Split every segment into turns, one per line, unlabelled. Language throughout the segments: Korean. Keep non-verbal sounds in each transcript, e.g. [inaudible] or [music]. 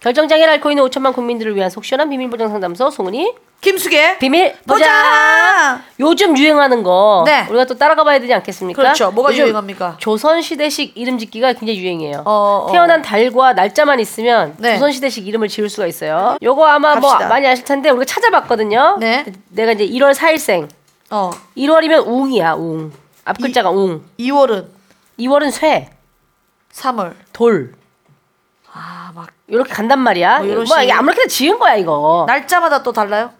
결정장애를 앓고 있는 5천만 국민들을 위한 속 시원한 비밀 보장 상담소 송은이
김숙의
비밀 보장.
보자.
요즘 유행하는 거
네.
우리가 또 따라가 봐야 되지 않겠습니까?
그렇죠. 뭐가
요즘
유행합니까?
조선시대식 이름 짓기가 굉장히 유행이에요.
어, 어.
태어난 달과 날짜만 있으면
네.
조선시대식 이름을 지을 수가 있어요. 요거 아마
갑시다.
뭐 많이 아실 텐데 우리가 찾아봤거든요.
네.
내가 이제 1월 4일생.
어.
1월이면 웅이야, 웅. 앞글자가 웅.
2월은
2월은 쇠,
3월.
돌.
아, 막
이렇게 간단 말이야.
뭐
뭐,
요런
이게
식으로.
아무렇게나 지은 거야, 이거.
날짜마다 또 달라요?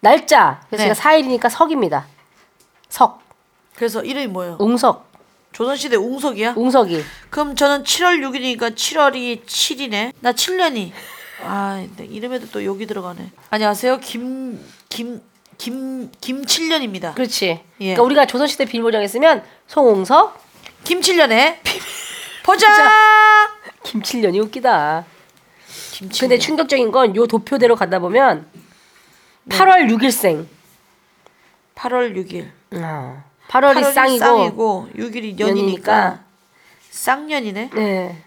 날짜. 그래서
네.
제가 4일이니까 석입니다. 석.
그래서 이름이 뭐예요?
웅석.
조선시대 웅석이야?
웅석이.
그럼 저는 7월 6일이니까 7월이 7이네. 나 7년이. 아, 근데 이름에도 또 여기 들어가네. 안녕하세요. 김 김 김 김칠년입니다.
그렇지.
예.
그러니까 우리가 조선시대 비밀보장 했으면 송웅석,
김칠년의 보자.
김칠년이 웃기다.
김칠년.
근데 충격적인 건 요 도표대로 가다 보면 8월 6일생.
8월 6일.
8월이,
8월이
어. 쌍이고.
6일이
연이니까.
년이니까 쌍년이네.
네.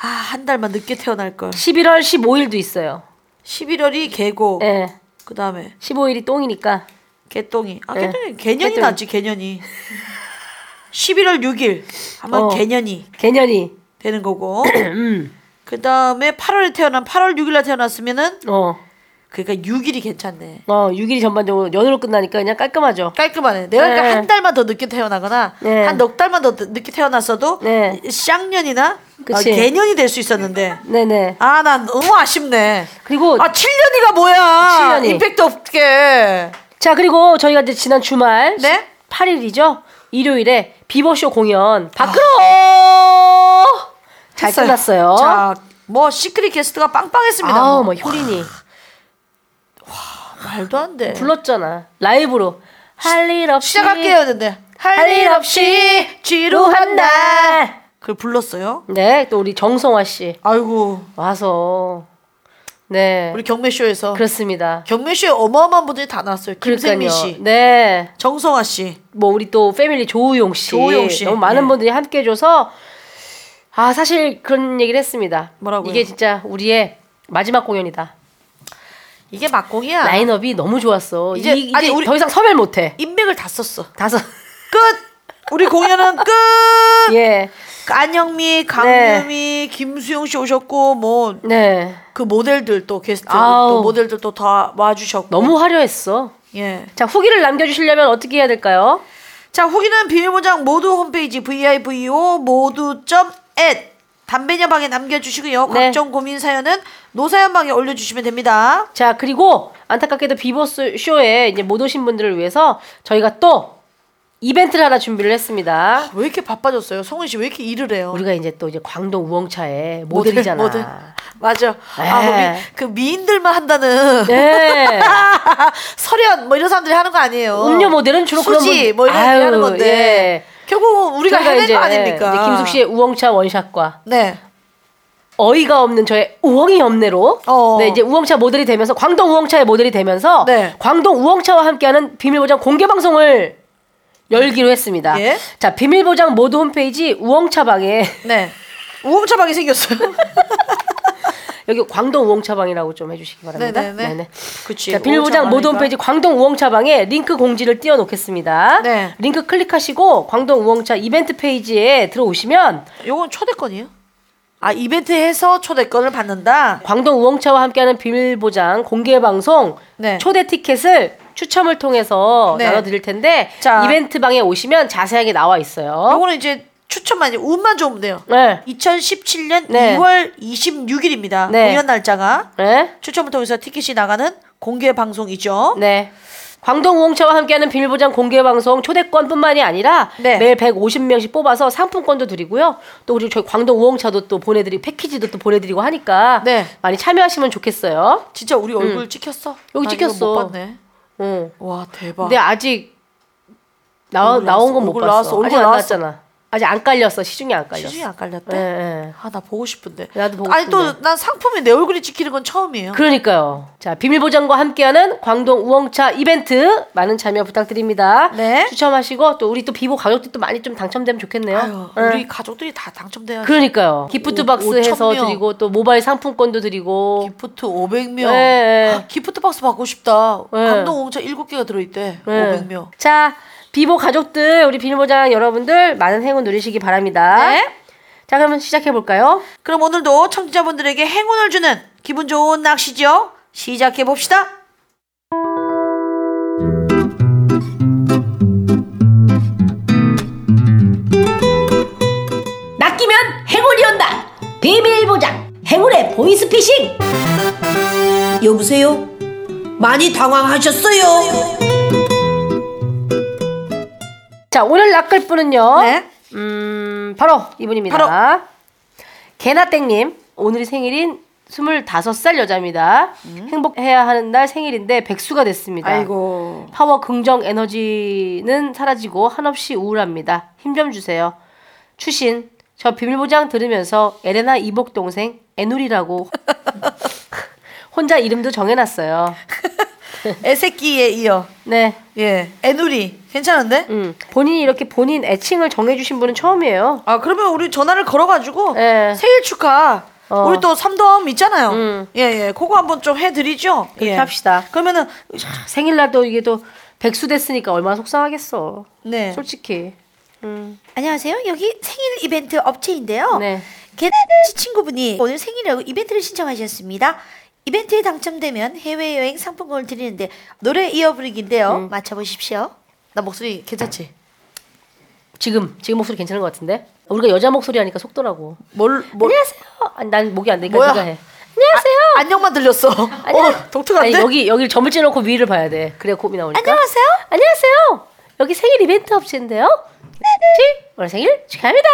아, 한 달만 늦게 태어날 걸.
11월 15일도 있어요.
11월이 개고.
네.
그다음에
15일이 똥이니까.
개똥이. 아,
네.
개똥이 개년이
개똥이.
낫지, 개년이. 11월 6일. 아마
어. 음.
개년이
개년이. [clears throat]
되는 거고. 그다음에 8월에 태어난 8월 6일 날 태어났으면은
어.
그러니까 6일이 괜찮네.
어, 6일이 전반적으로 연으로 끝나니까 그냥 깔끔하죠.
깔끔하네. 내가 그러니까
네.
한 달만 더 늦게 태어나거나
네.
한 넉 달만 더 늦게 태어났어도
네.
쌍년이나 아,
그치.
개년이 될 수 있었는데.
네네.
아, 난 너무 아쉽네.
그리고
아, 7년이가 뭐야?
7년이.
임팩트 없게.
자 그리고 저희가 이제 지난 주말
네?
8일이죠. 일요일에 비버쇼 공연 밖으로 잘
했어요.
끝났어요.
자, 뭐 시크릿 게스트가 빵빵했습니다.
아우 뭐
뭐.
효린이
말도 안 돼.
불렀잖아 라이브로 할 일 없이
시작할게요, 했는데.
할 일 없이
지루한
지루한
날.
날.
그걸 불렀어요?
네, 또 우리 정성화 씨
아이고,
와서 네
우리 경매 쇼에서
그렇습니다.
경매 쇼에 어마어마한 분들이 다 나왔어요. 김생미
그러니까요.
씨,
네.
정성아 씨.
뭐 우리 또 패밀리 조우용 씨,
조우용 씨.
너무 많은
네.
분들이 함께 해줘서 아 사실 그런 얘기를 했습니다.
뭐라고요?
이게 진짜 우리의 마지막 공연이다.
이게 막공이야.
라인업이 너무 좋았어.
이제-
이제, 이, 제
아니, 우리-
더 이상 섭외 못해.
인맥을 다 썼어.
다섯
끝. 우리 공연은 끝.
[laughs] 예,
안영미, 강유미, 김수용 씨 오셨고 뭐
네,
그 모델들 또 게스트
아우.
또 모델들 또 다 와주셨고
너무 화려했어.
예.
자 후기를 남겨주시려면 어떻게 해야 될까요?
자 후기는 비밀보장 모두 홈페이지 vivo 모두 점 at 담배녀방에 남겨주시고요.
네.
각종 고민 사연은 노사연방에 올려주시면 됩니다.
자 그리고 안타깝게도 비보스 쇼에 이제 못 오신 분들을 위해서 저희가 또 이벤트를 하나 준비를 했습니다.
왜 이렇게 바빠졌어요? 성은 씨 왜 이렇게 일을 해요?
우리가 이제 또 이제 광동 우엉차의 모델이잖아.
모델. 맞아. 아,
네.
우리 그 미인들만 한다는
네.
[laughs] 설현 뭐 이런 사람들이 하는 거 아니에요.
음료 모델은 주로 그런
수지
분-
뭐 이런
아유,
얘기 하는 건데 결국 우리가
저희가
해낸 거
이제
아닙니까?
김숙 씨의 우엉차 원샷과
네.
어이가 없는 저의 우엉이 없네로
어.
네, 이제 우엉차 모델이 되면서 광동 우엉차의 모델이 되면서
네.
광동 우엉차와 함께하는 비밀보장 공개 방송을 열기로 했습니다.
예.
자 비밀보장 모두 홈페이지 우엉차 방에 [laughs]
네. 우엉차 방이 생겼어요.
여기 광동 우엉차 방이라고 좀 해주시기 바랍니다.
네네네. 그치.
자, 비밀보장
우엉차
모두
방이니까.
홈페이지 광동 우엉차 방에 링크 공지를 띄워놓겠습니다.
네.
링크 클릭하시고 광동 우엉차 이벤트 페이지에 들어오시면
요건 초대권이에요? 아 이벤트해서 초대권을 받는다.
광동 우엉차와 함께하는 비밀보장 공개 방송
네.
초대 티켓을 추첨을 통해서
네.
나눠드릴 텐데
자.
이벤트 방에 오시면 자세하게 나와 있어요.
요거는 이제 추천만 이제 운만 좋으면 돼요.
네.
2017년
네.
2월 26일입니다.
네.
공연 날짜가
네.
추첨을 통해서 티켓이 나가는 공개 방송이죠.
네. 광동 우엉차와 함께하는 비밀보장 공개 방송 초대권뿐만이 아니라
네.
매일 150명씩 뽑아서 상품권도 드리고요. 또 우리 저희 광동 우엉차도 또 보내드리 패키지도 또 보내드리고 하니까
네.
많이 참여하시면 좋겠어요.
진짜 우리 얼굴 찍혔어?
음. 여기
나
찍혔어. 네,
이거 못 봤네.
응.
와 대박.
근데 아직 나,
얼굴
나온 건 못
얼굴
봤어.
나왔어, 얼굴
아직 안
나왔어.
나왔잖아. 아직 안 깔렸어. 시중에 안 깔렸어.
아, 시중에 안 깔렸대?
예, 예.
아 나 보고 싶은데.
나도 보고
아니 또
싶은데.
난 상품이 내 얼굴이 찍히는 건 처음이에요.
어. 그러니까요. 자, 비밀 보장과 함께하는 광동 우엉차 이벤트 많은 참여 부탁드립니다.
네.
추첨하시고 또 우리 또 비보 가족들 도 많이 좀 당첨되면 좋겠네요.
아유,
예.
우리 가족들이 다 당첨돼야 지
그러니까요. 기프트
오-
박스 해서
오천 명.
드리고 또 모바일 상품권도 드리고
기프트 500명.
어.
아,
네, 네.
기프트 박스 받고 싶다.
네.
감동 옹차 7개가 들어있대.
예.
500명.
자, 비보 가족들 우리 비밀 보장 여러분들 많은 행운 누리시기 바랍니다.
네.
자, 그러면 시작해 볼까요?
그럼 오늘도 청취자분들에게 행운을 주는 기분 좋은 낚시죠. 시작해 봅시다.
낚이면 행운이 온다. 비밀 보장 행운의 보이스피싱.
여보세요? 많이 당황하셨어요?
자, 오늘 낚을 분은요.
네.
음, 바로 이분입니다.
바로.
개나땡님, 오늘이 생일인 25살 여자입니다. 행복해야 하는 날 생일인데 백수가 됐습니다.
음. 아이고.
파워 긍정 에너지는 사라지고 한없이 우울합니다. 힘 좀 주세요. 추신, 저 비밀보장 들으면서 에레나 이복 동생 애누리라고 [laughs] 혼자 이름도 정해놨어요.
애새끼에 이어.
네,
예. 애누리. 괜찮은데?
음. 본인이 이렇게 본인 애칭을 정해주신 분은 처음이에요.
아 그러면 우리 전화를 걸어가지고
예.
생일 축하.
어.
우리 또 삼도함 있잖아요.
음.
예예. 그거 한번 좀 해드리죠.
그렇게
예.
합시다.
그러면은
생일날도 이게 또 백수 됐으니까 얼마나 속상하겠어.
네.
솔직히. 음.
안녕하세요. 여기 생일 이벤트 업체인데요.
네.
개나씨 친구분이 오늘 생일이라고 이벤트를 신청하셨습니다. 이벤트에 당첨되면 해외여행 상품권을 드리는데 노래 이어 부르기인데요.
음.
맞춰보십시오.
나 목소리 괜찮지?
지금 지금 목소리 괜찮은 것 같은데? 우리가 여자 목소리 하니까 속더라고.
뭘 뭘?
안녕하세요. 아니, 난 목이 안 되니까
뭐야?
네가 해. 안녕하세요.
아, 안녕만 들렸어.
안녕.
어 독특한데?
아니, 여기 여기 점을 찌놓고 위를 봐야 돼. 그래야 곰이 나오니까.
안녕하세요.
안녕하세요. 여기 생일 이벤트 업체인데요. 네. 오늘 생일 축하합니다.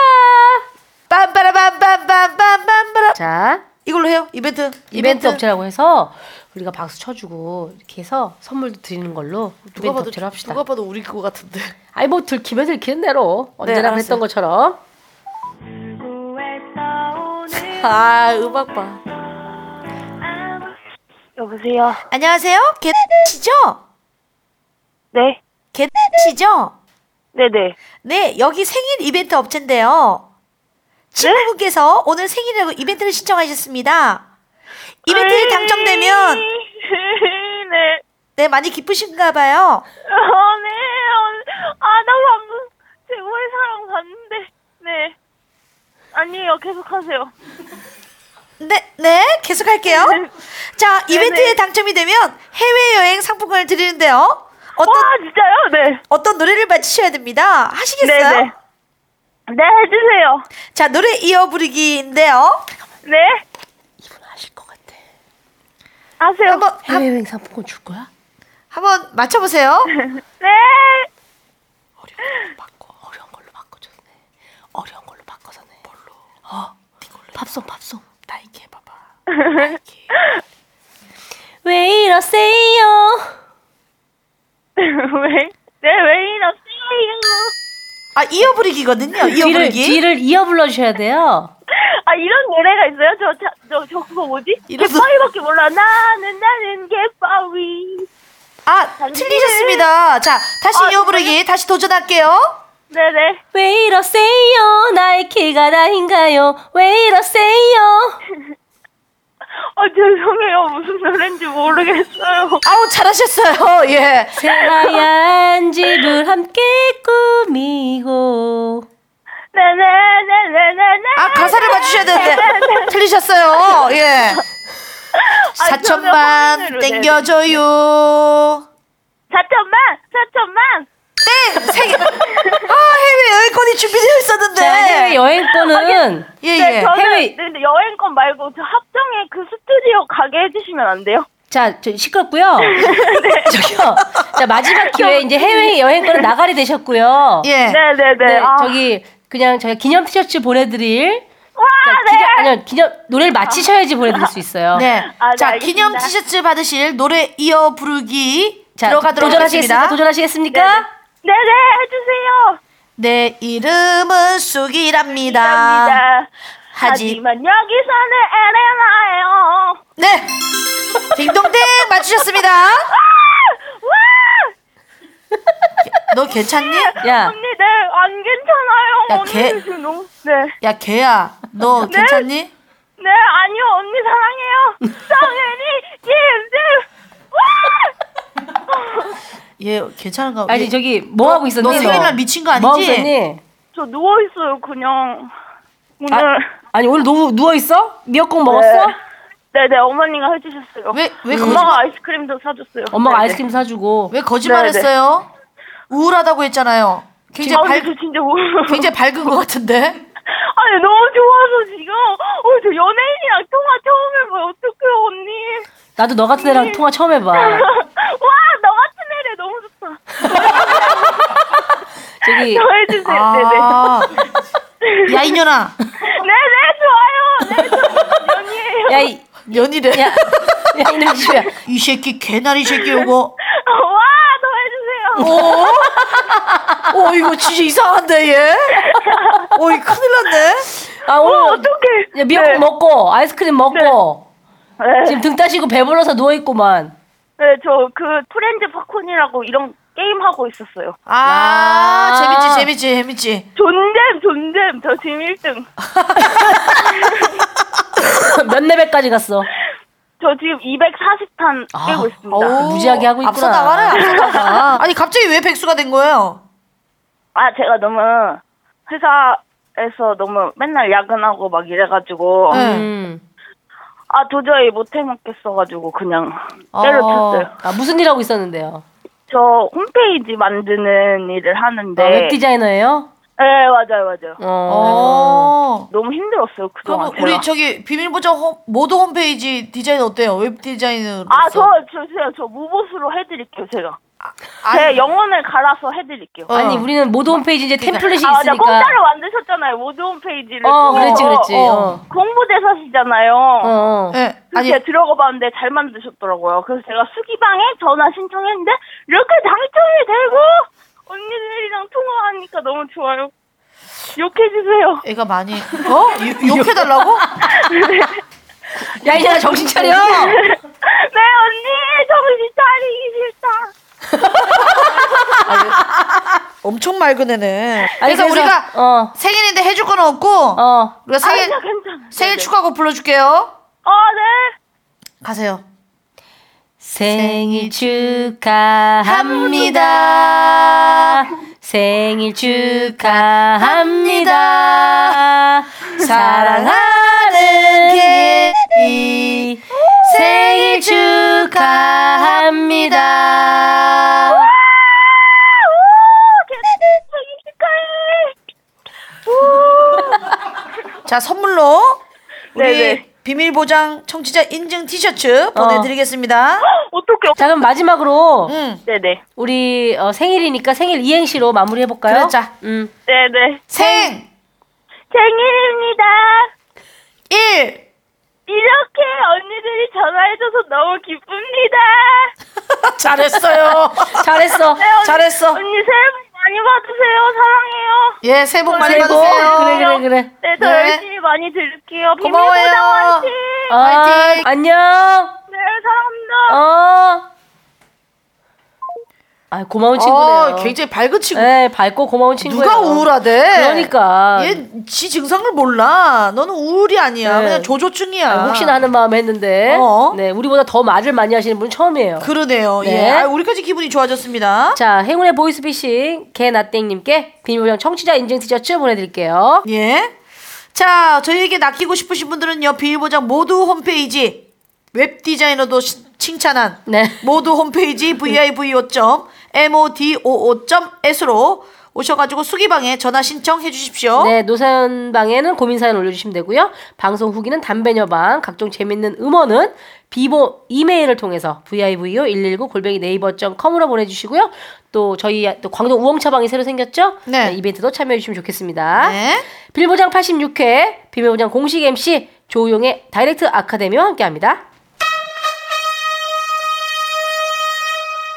빰빠라빰빰빰빰빰빠라.
자,
이걸로 해요. 이벤트.
이벤트, 업체라고 해서 우리가 박수 쳐주고 이렇게 해서 선물도 드리는 걸로
누가
이벤트
봐도
업체로 합시다.
누가 봐도 우리 그거 같은데.
아니 뭐 들키면 들키는 대로 언제나
알았어요.
했던 것처럼
아 음악 봐.
여보세요.
[laughs] 안녕하세요. 개나씨죠?
네.
개나씨죠?
네네. 네?
네, 여기 생일 이벤트 업체인데요. 친구분께서 오늘 생일이라고 이벤트를 신청하셨습니다. 이벤트에 당첨되면
네.
네 많이 기쁘신가 봐요.
어, 네. 어, 아, 나 방금 최고의 사랑 봤는데. 네. 아니에요. 계속하세요.
네, 네, 계속할게요. 자, 이벤트에
네네.
당첨이 되면 해외여행 상품권을 드리는데요. 어떤,
와, 진짜요? 네.
어떤 노래를 맞추셔야 됩니다. 하시겠어요?
네네. 네, 해주세요.
자, 노래 이어 부르기인데요.
네.
이분 아실 것 같아.
하세요.
한번, 한,
해외여행 상품권 줄 거야?
한번
[laughs]
맞춰보세요.
네.
어려운 걸로 바꿔. 어려운 걸로 바꿔줬네. 어려운 걸로 바꿔서네. 뭘로? 어. 팝송 팝송. 나이키 해봐봐. [laughs] 나이키. 왜 이러세요?
왜? 네, 왜 이러세요?
아 이어부리기거든요.
뒤를
이어부리기.
뒤를 이어 불러주셔야 돼요.
아, 이런 노래가 있어요? 저, 저, 저, 저 그거 뭐지?
이런 노-
개파리밖에 몰라. 나는, 나는 개파리.
아 틀리셨습니다. 자 다시
아,
이어부리기 다시 도전할게요.
네네.
왜 이러세요? 나이키가 나인가요? 왜 이러세요? [laughs]
아 죄송해요 무슨 노래인지 모르겠어요
아우 잘하셨어요. [laughs] 예.
새하얀 집을 함께 꾸미고
네, 나나나나나나
아 가사를 맞추셔야
네, [laughs]
되는데 틀리셨어요. 예. 사천만
아, 화면으로, 네.
땡겨줘요.
사천만 사천만
땡!
[laughs]
생일. 네, 아 해외 여행권이 준비되어 있었는데.
자, 해외 여행권은
예
네
예.
저는
해외-
근데 여행권 말고 저 합정에 그 스튜디오 가게 해주시면 안 돼요?
자, 저 시끄럽고요.
네.
[laughs] 저기요. 자, 마지막 기회에 이제 해외 여행권은 나가리 되셨고요.
예.
네네네
네,
아,
저기 그냥 저희 기념 티셔츠 보내드릴
와
자,
네.
기념, 아니요 기념 노래를 마치셔야지 보내드릴 수 있어요.
아. 네.
아, 네,
자,
알겠습니다.
기념 티셔츠 받으실 노래 이어 부르기
자,
들어가도록
도전하시겠습니까?
하겠습니다.
네,
도전하시겠습니까?
네네 해주세요
내 이름은 쑥이랍니다.
감사합니다.
하지-
하지만 여기서는 에레나예요.
네. 딩동댕 맞추셨습니다. 너 괜찮니? 야,
언니, 네, 안 괜찮아요.
야,
언니,
걔-
저 너무- 네.
야 개야. 너 괜찮니?
네, 아니요, 언니 사랑해요. 정은이, 김지.
얘 괜찮은가?
아니
얘-
저기 뭐 하고 있었니?
너 생일날 미친 거
뭐 하고
아니지?
있었니?
저 누워있어요, 그냥.
네.
오늘.
아, 아니 오늘 너무 누워 있어? 미역국 먹었어?
네. 네네, 어머니가 해주셨어요. 음.
왜- 왜 거짓말-
엄마가 아이스크림도 사줬어요.
엄마가
네네.
아이스크림 사주고
왜 거짓말했어요? 우울하다고 했잖아요.
아,
굉장히
근데
밝
저 네, 진짜 울어요.
그-
굉장히 밝은 것 같은데.
[laughs] 아니, 너무 좋아서 지금. 어, 저 연예인이랑 통화 처음 해봐요. 어떡해요, 언니. [laughs]
나도 너 같은 애랑 통화 처음 해봐.
와, 너 같은 애래. 너무
아.
좋다.
[laughs]
저기
더 해주세요. 네네.
아. 야 이년아.
네네, 네, 좋아요. 네, 저 연예예요.
야 이
연이래.
야, 야 이놈 집이야.
이 새끼 개나리 새끼 요거.
와, 더 해주세요.
어 이거 진짜 이상한데 얘. 어이 큰일 났네.
아 오늘
어, 어떡해.
야, 미역국
네.
먹고 아이스크림 먹고
네,
지금 등 따시고 배불러서 누워 있고만. [coughs]
네, 저 그 프렌즈 팝콘이라고 이런 게임 하고 있었어요.
아
야.
재밌지 재밌지 재밌지.
존잼, 존잼. 저 지금 1등.
몇 레벨까지 갔어?
저 지금 240탄
아,
깨고 있습니다.
어우,
무지하게 하고 있구나.
앞서 나가라 앞서
[laughs]
나가. 아니 갑자기 왜 백수가 된 거예요?
아, 제가 너무 회사에서 너무 맨날 야근하고 막 이래가지고
네.
음.
아 도저히 못 해먹겠어가지고 그냥 때려쳤어요.
아 무슨 일 하고 있었는데요?
저 홈페이지 만드는 일을 하는데
아, 웹 디자이너예요?
네 맞아요 맞아요.
어.
어.
너무 힘들었어요
그럼
그동안
우리
제가.
저기 비밀보장 홈- 모두 홈페이지 디자인 어때요? 웹 디자인으로.
아저 주세요 저 무보수로 해드릴게요 제가.
아, 네.
제 영혼을 갈아서 해드릴게요.
어.
아니 우리는 모두 홈페이지 이제 템플릿이
아 맞아
있으니까.
공짜로 만드셨잖아요 모드 홈페이지를.
어,
또.
그렇지, 그렇지.
어,
어.
공부대사시잖아요.
어. 어.
예.
아니,
아니
제가 들어가 봤는데 잘 만드셨더라고요. 그래서 제가 수기방에 전화 신청했는데 이렇게 당첨이 되고 언니들이랑 통화하니까 너무 좋아요. 욕해주세요. [laughs]
[laughs]
애가 많이 어 유- 욕해달라고?
야, 이제 정신 차려.
음.
네 언니 정신 차리기 싫다.
엄청 맑은 애네.
아니,
그래서, 우리가
어.
생일인데 해줄 건 없고
어.
우리가
아
생일
괜찮아 괜찮아.
네,
어,
생일 축하곡 불러줄게요.
아네
가세요.
생일 축하합니다. 생일 축하합니다. 사랑하는 개비 생일
아,
축하합니다.
생일 축하해.
자 선물로 우리
네네.
비밀 보장 청취자 인증
어.
티셔츠 보내드리겠습니다. 음.
어떡해.
자, 그럼 마지막으로
응.
네네
우리 어, 생일이니까 생일 이행시로 마무리해 볼까요?
그래, 자.
음.
네네
생,
생일입니다.
일, [laughs]
이렇게 언니들이 전화해줘서 너무 기쁩니다.
잘했어요.
잘했어.
네, 언니,
잘했어.
언니 새해 복 많이 받으세요. 사랑해요.
예, 새해 복 [laughs] 많이
네, 새해 복.
받으세요.
그래 그래 그래.
네, 더
네.
열심히 많이 들을게요.
고마워요.
비밀보장 화이팅!
아, 안녕.
네, 사랑합니다.
어. 아 고마운 친구네요.
어, 굉장히 밝은 친구.
네, 밝고 고마운 친구예요.
누가 우울하대?
그러니까.
얘 지 증상을 몰라. 너는 우울이 아니야.
네.
그냥 조조증이야.
아, 혹시나 하는 마음에 했는데.
어.
네, 우리보다 더 말을 많이 하시는 분은 처음이에요.
그러네요.
네.
예. 아, 우리까지 기분이 좋아졌습니다.
자, 행운의 보이스피싱 개나땡님께 비밀보장 청취자 인증 티셔츠 보내드릴게요.
예. 자, 저희에게 낚이고 싶으신 분들은요. 비밀보장 모두 홈페이지 웹 디자이너도 시- 칭찬한
네.
모두
[laughs]
홈페이지 vivo.modoo.s로 오셔가지고 수기방에 전화 신청해 주십시오.
네, 노사연 방에는 고민 사연 올려주시면 되고요. 방송 후기는 담배녀방, 각종 재밌는 음원은 비보 이메일을 통해서 vivo 119 골뱅이 네이버.com으로 보내주시고요. 또 저희 또 광동 우엉차방이 새로 생겼죠?
네.
이벤트도 참여해주시면 좋겠습니다.
네.
빌보장 86회 비밀보장 공식 MC 조우용의 다이렉트 아카데미와 함께합니다.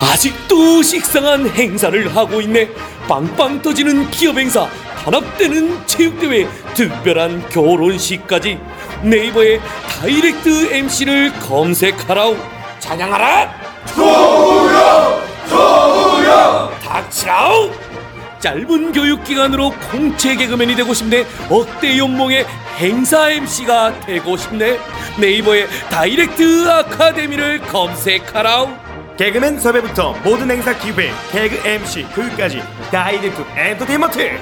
아직도 식상한 행사를 하고 있네. 빵빵 터지는 기업 행사, 단합되는 체육대회, 특별한 결혼식까지 네이버에 다이렉트 MC를 검색하라우. 찬양하라! 조우영! 조우영! 닥치라우! 짧은 교육기간으로 공채 개그맨이 되고 싶네 억대 연봉의 행사 MC가 되고 싶네 네이버에 다이렉트 아카데미를 검색하라우
개그맨 섭외부터 모든 행사 기획, 개그 MC 교육까지 다이렉트 엔터테인먼트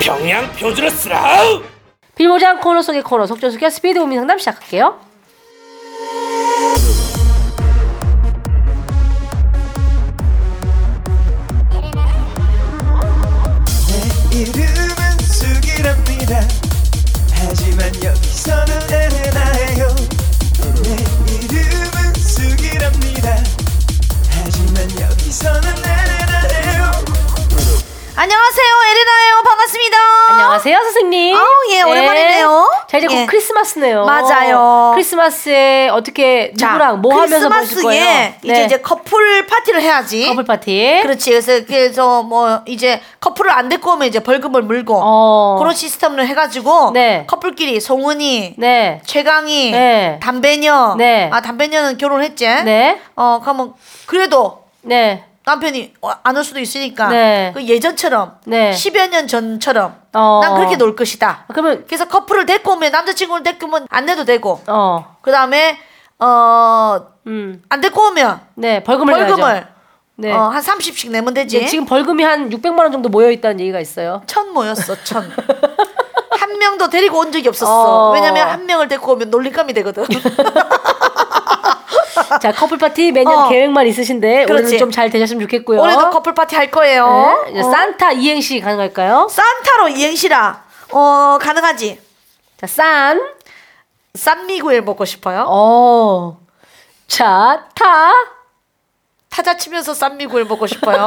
평양 표준어 쓰라우
빌보장 코너 속의 코너 속전속결 스피드 고민 상담 시작할게요.
내 이름은 숙이랍니다 하지만 여기서는 에레나예요 내 이름은 숙이랍니다 하지만 여기서는 에레나예요
안녕하세요 에레나예요 반갑습니다.
안녕하세요, 선생님.
아우, 예, 오랜만이네요.
자, 이제
예.
곧 크리스마스네요.
맞아요.
크리스마스에 어떻게
자,
누구랑 뭐 하면서 보실 거예요?
크리스마스에 이제
네.
이제 그렇죠. 커플 파티를 해야지.
커플 파티.
그렇지. 그래서 그래서 뭐 이제 커플을 안 데리고 오면 이제 벌금을 물고
어.
그런 시스템을 해가지고
네.
커플끼리 송은이,
네.
최강희,
네.
담배녀,
네.
아 담배녀는 결혼했지.
네.
어 그러면 그래도
네.
남편이 어, 안 올 수도 있으니까
네.
그 예전처럼
네.
10여 년 전처럼
어.
난 그렇게 놀 것이다.
아, 그러면
그래서 커플을 데리고 오면 남자친구를 데리고 오면 안 내도 되고
어.
그 다음에 어
음.
안 데리고 오면
네, 벌금을
벌금을
내야죠. 네.
어, 예. 한 30씩 내면 되지.
이제 지금 벌금이 한 600만 원 정도 모여 있다는 얘기가 있어요.
천 모였어, 천. 한 명도 데리고 온 적이 없었어.
어.
왜냐면 한 명을 데리고 오면 놀림감이 되거든.
자, 커플 파티 매년
어.
계획만 있으신데
그렇지.
오늘은 좀 잘 되셨으면 좋겠고요.
올해도 커플 파티 할 거예요.
네, 이제
어.
산타 이행시 가능할까요?
산타로 이행시라. 어, 가능하지.
자, 산.
산미구일 먹고 싶어요.
어. 자, 타.
타자 치면서 산미구일
[laughs]
먹고 싶어요.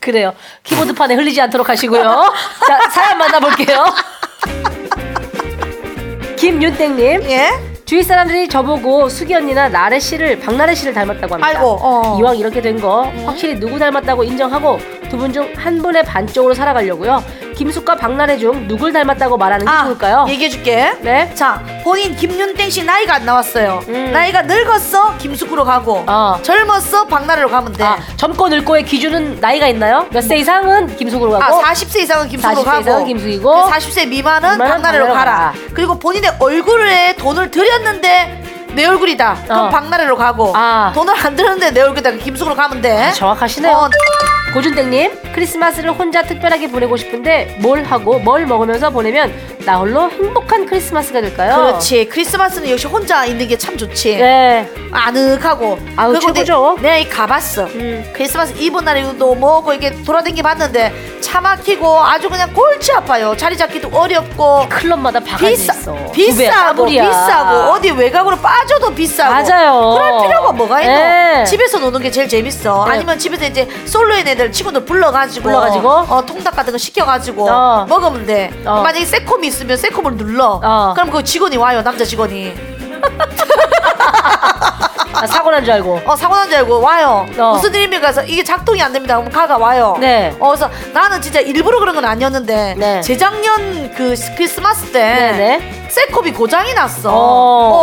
그래요. 키보드판에 흘리지 않도록 하시고요. 자, 사연 만나볼게요. [laughs] 김윤땡님.
예?
주위 사람들이 저보고 수기 언니나 나래 씨를 박나래 씨를 닮았다고 합니다.
아이고, 어.
이왕 이렇게 된 거 확실히 누구 닮았다고 인정하고 두 분 중 한 분의 반쪽으로 살아가려고요. 김숙과 박나래 중 누굴 닮았다고 말하는 게 좋을까요?
아, 얘기해 줄게.
네.
자, 본인 김윤땡 씨 나이가 안 나왔어요.
음.
나이가 늙었어 김숙으로 가고
어.
젊었어 박나래로 가면 돼.
아,
아,
젊고 늙고의 기준은 나이가 있나요? 몇 세 이상은 김숙으로 가고
아, 40세 이상은 김숙으로
아, 40세
가고
이상은 김숙이고,
40세 미만은
미만은
박나래로
박나래로
가라.
가라.
그리고 본인의 얼굴에 돈을 들였는데 내 얼굴이다. 그럼
어.
박나래로 가고
아.
돈을 안 들였는데 내 얼굴이다. 그럼 김숙으로 가면 돼.
정확하시네요.
어,
고준땡님 크리스마스를 혼자 특별하게 보내고 싶은데 뭘 하고 뭘 먹으면서 보내면 나 홀로 행복한 크리스마스가 될까요?
그렇지. 크리스마스는 역시 혼자 있는 게 참 좋지.
어. 네.
아늑하고
아우,
그리고 내-
최고죠.
내가 이 가봤어
음.
크리스마스 이브 날에도 뭐고 이렇게 돌아댕기 봤는데 차 막히고 아주 그냥 골치 아파요 자리 잡기도 어렵고
클럽마다 바가지
비싸
있어. 두 배야,
비싸고
까불이야.
비싸고 어디 외곽으로 빠져도 비싸고
맞아요.
그럴 필요가 뭐가 있노
예.
집에서 노는 게 제일 재밌어
네.
아니면 집에서 이제 솔로인 애들 친구들 불러가지고
불러가지고?
어, 통닭 같은 거 시켜가지고
어.
먹으면 돼
어.
만약에 새콤이 있으면 새콤을 눌러
어.
그럼 그 직원이 와요 남자 직원이
아, 사고 난 줄 알고.
어 사고 난 줄 알고 와요.
어.
무슨 일입니까? 그래서 이게 작동이 안 됩니다. 그럼 가가 와요.
네.
어, 그래서 나는 진짜 일부러 그런 건 아니었는데
네.
재작년 그 스- 크리스마스 때
네네.
세컵이 고장이 났어.
어.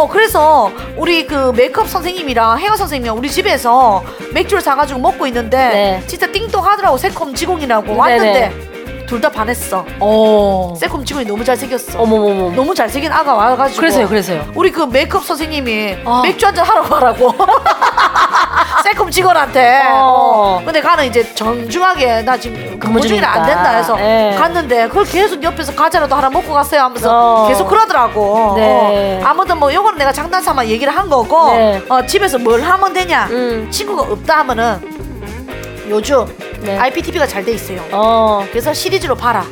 어 그래서 우리 그 메이크업 선생님이랑 헤어 선생님이랑 우리 집에서 맥주를 사가지고 먹고 있는데
네.
진짜 띵동 하더라고 세컵 직원이라고 왔는데 둘 다 반했어.
어.
세컵 직원이 너무 잘생겼어.
네. 어머머머.
너무 잘생긴 아가 와가지고
그래서요, 그래서요.
우리 그 메이크업 선생님이
어.
맥주 한잔 하러 가라고 [laughs] 세컴 직원한테
어.
어. 근데 가는 이제 정중하게 나 지금 근무 중이라 안
중이니까.
된다 해서
예.
갔는데 그걸 계속 옆에서 과자라도 하나 먹고 갔어요 하면서
어.
계속 그러더라고
네.
어. 아무튼 뭐 요거는 내가 장난삼아 얘기를 한 거고
네.
어, 집에서 뭘 하면 되냐
음.
친구가 없다 하면은 요즘
네.
IPTV가 잘 돼 있어요
어.
그래서 시리즈로 봐라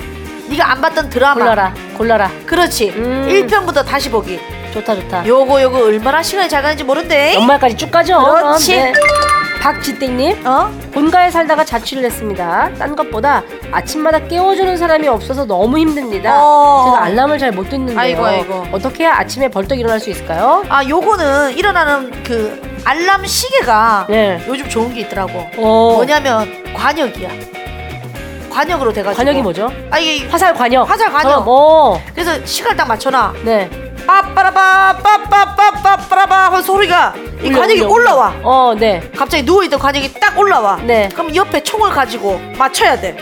네가 안 봤던 드라마
골라라. 골라라.
그렇지
음.
일 1편부터 다시 보기
좋다 좋다.
요거 요거 얼마나 시간이 잘 가는지 모른대.
연말까지 쭉 가죠.
그렇지.
그럼, 네. 박지땡님
어?
본가에 살다가 자취를 했습니다. 딴 것보다 아침마다 깨워주는 사람이 없어서 너무 힘듭니다.
어.
제가 알람을 잘 못 듣는데요.
아이고, 아이고.
어떻게 해야 아침에 벌떡 일어날 수 있을까요?
아 요거는 일어나는 그 알람 시계가
네.
요즘 좋은 게 있더라고.
어.
뭐냐면 관역이야. 관역으로 돼가지고.
관역이 뭐죠?
아 이게 화-
화살 관역.
화살 관역.
어, 뭐.
그래서 시간을 딱 맞춰놔.
네.
빠빠라바 빠빠빠빠빠라바 하는 소리가 이
울려,
관역이
울려,
올라와.
울려. 어, 네.
갑자기 누워있던 관역이 딱 올라와.
네.
그럼 옆에 총을 가지고 맞춰야 돼.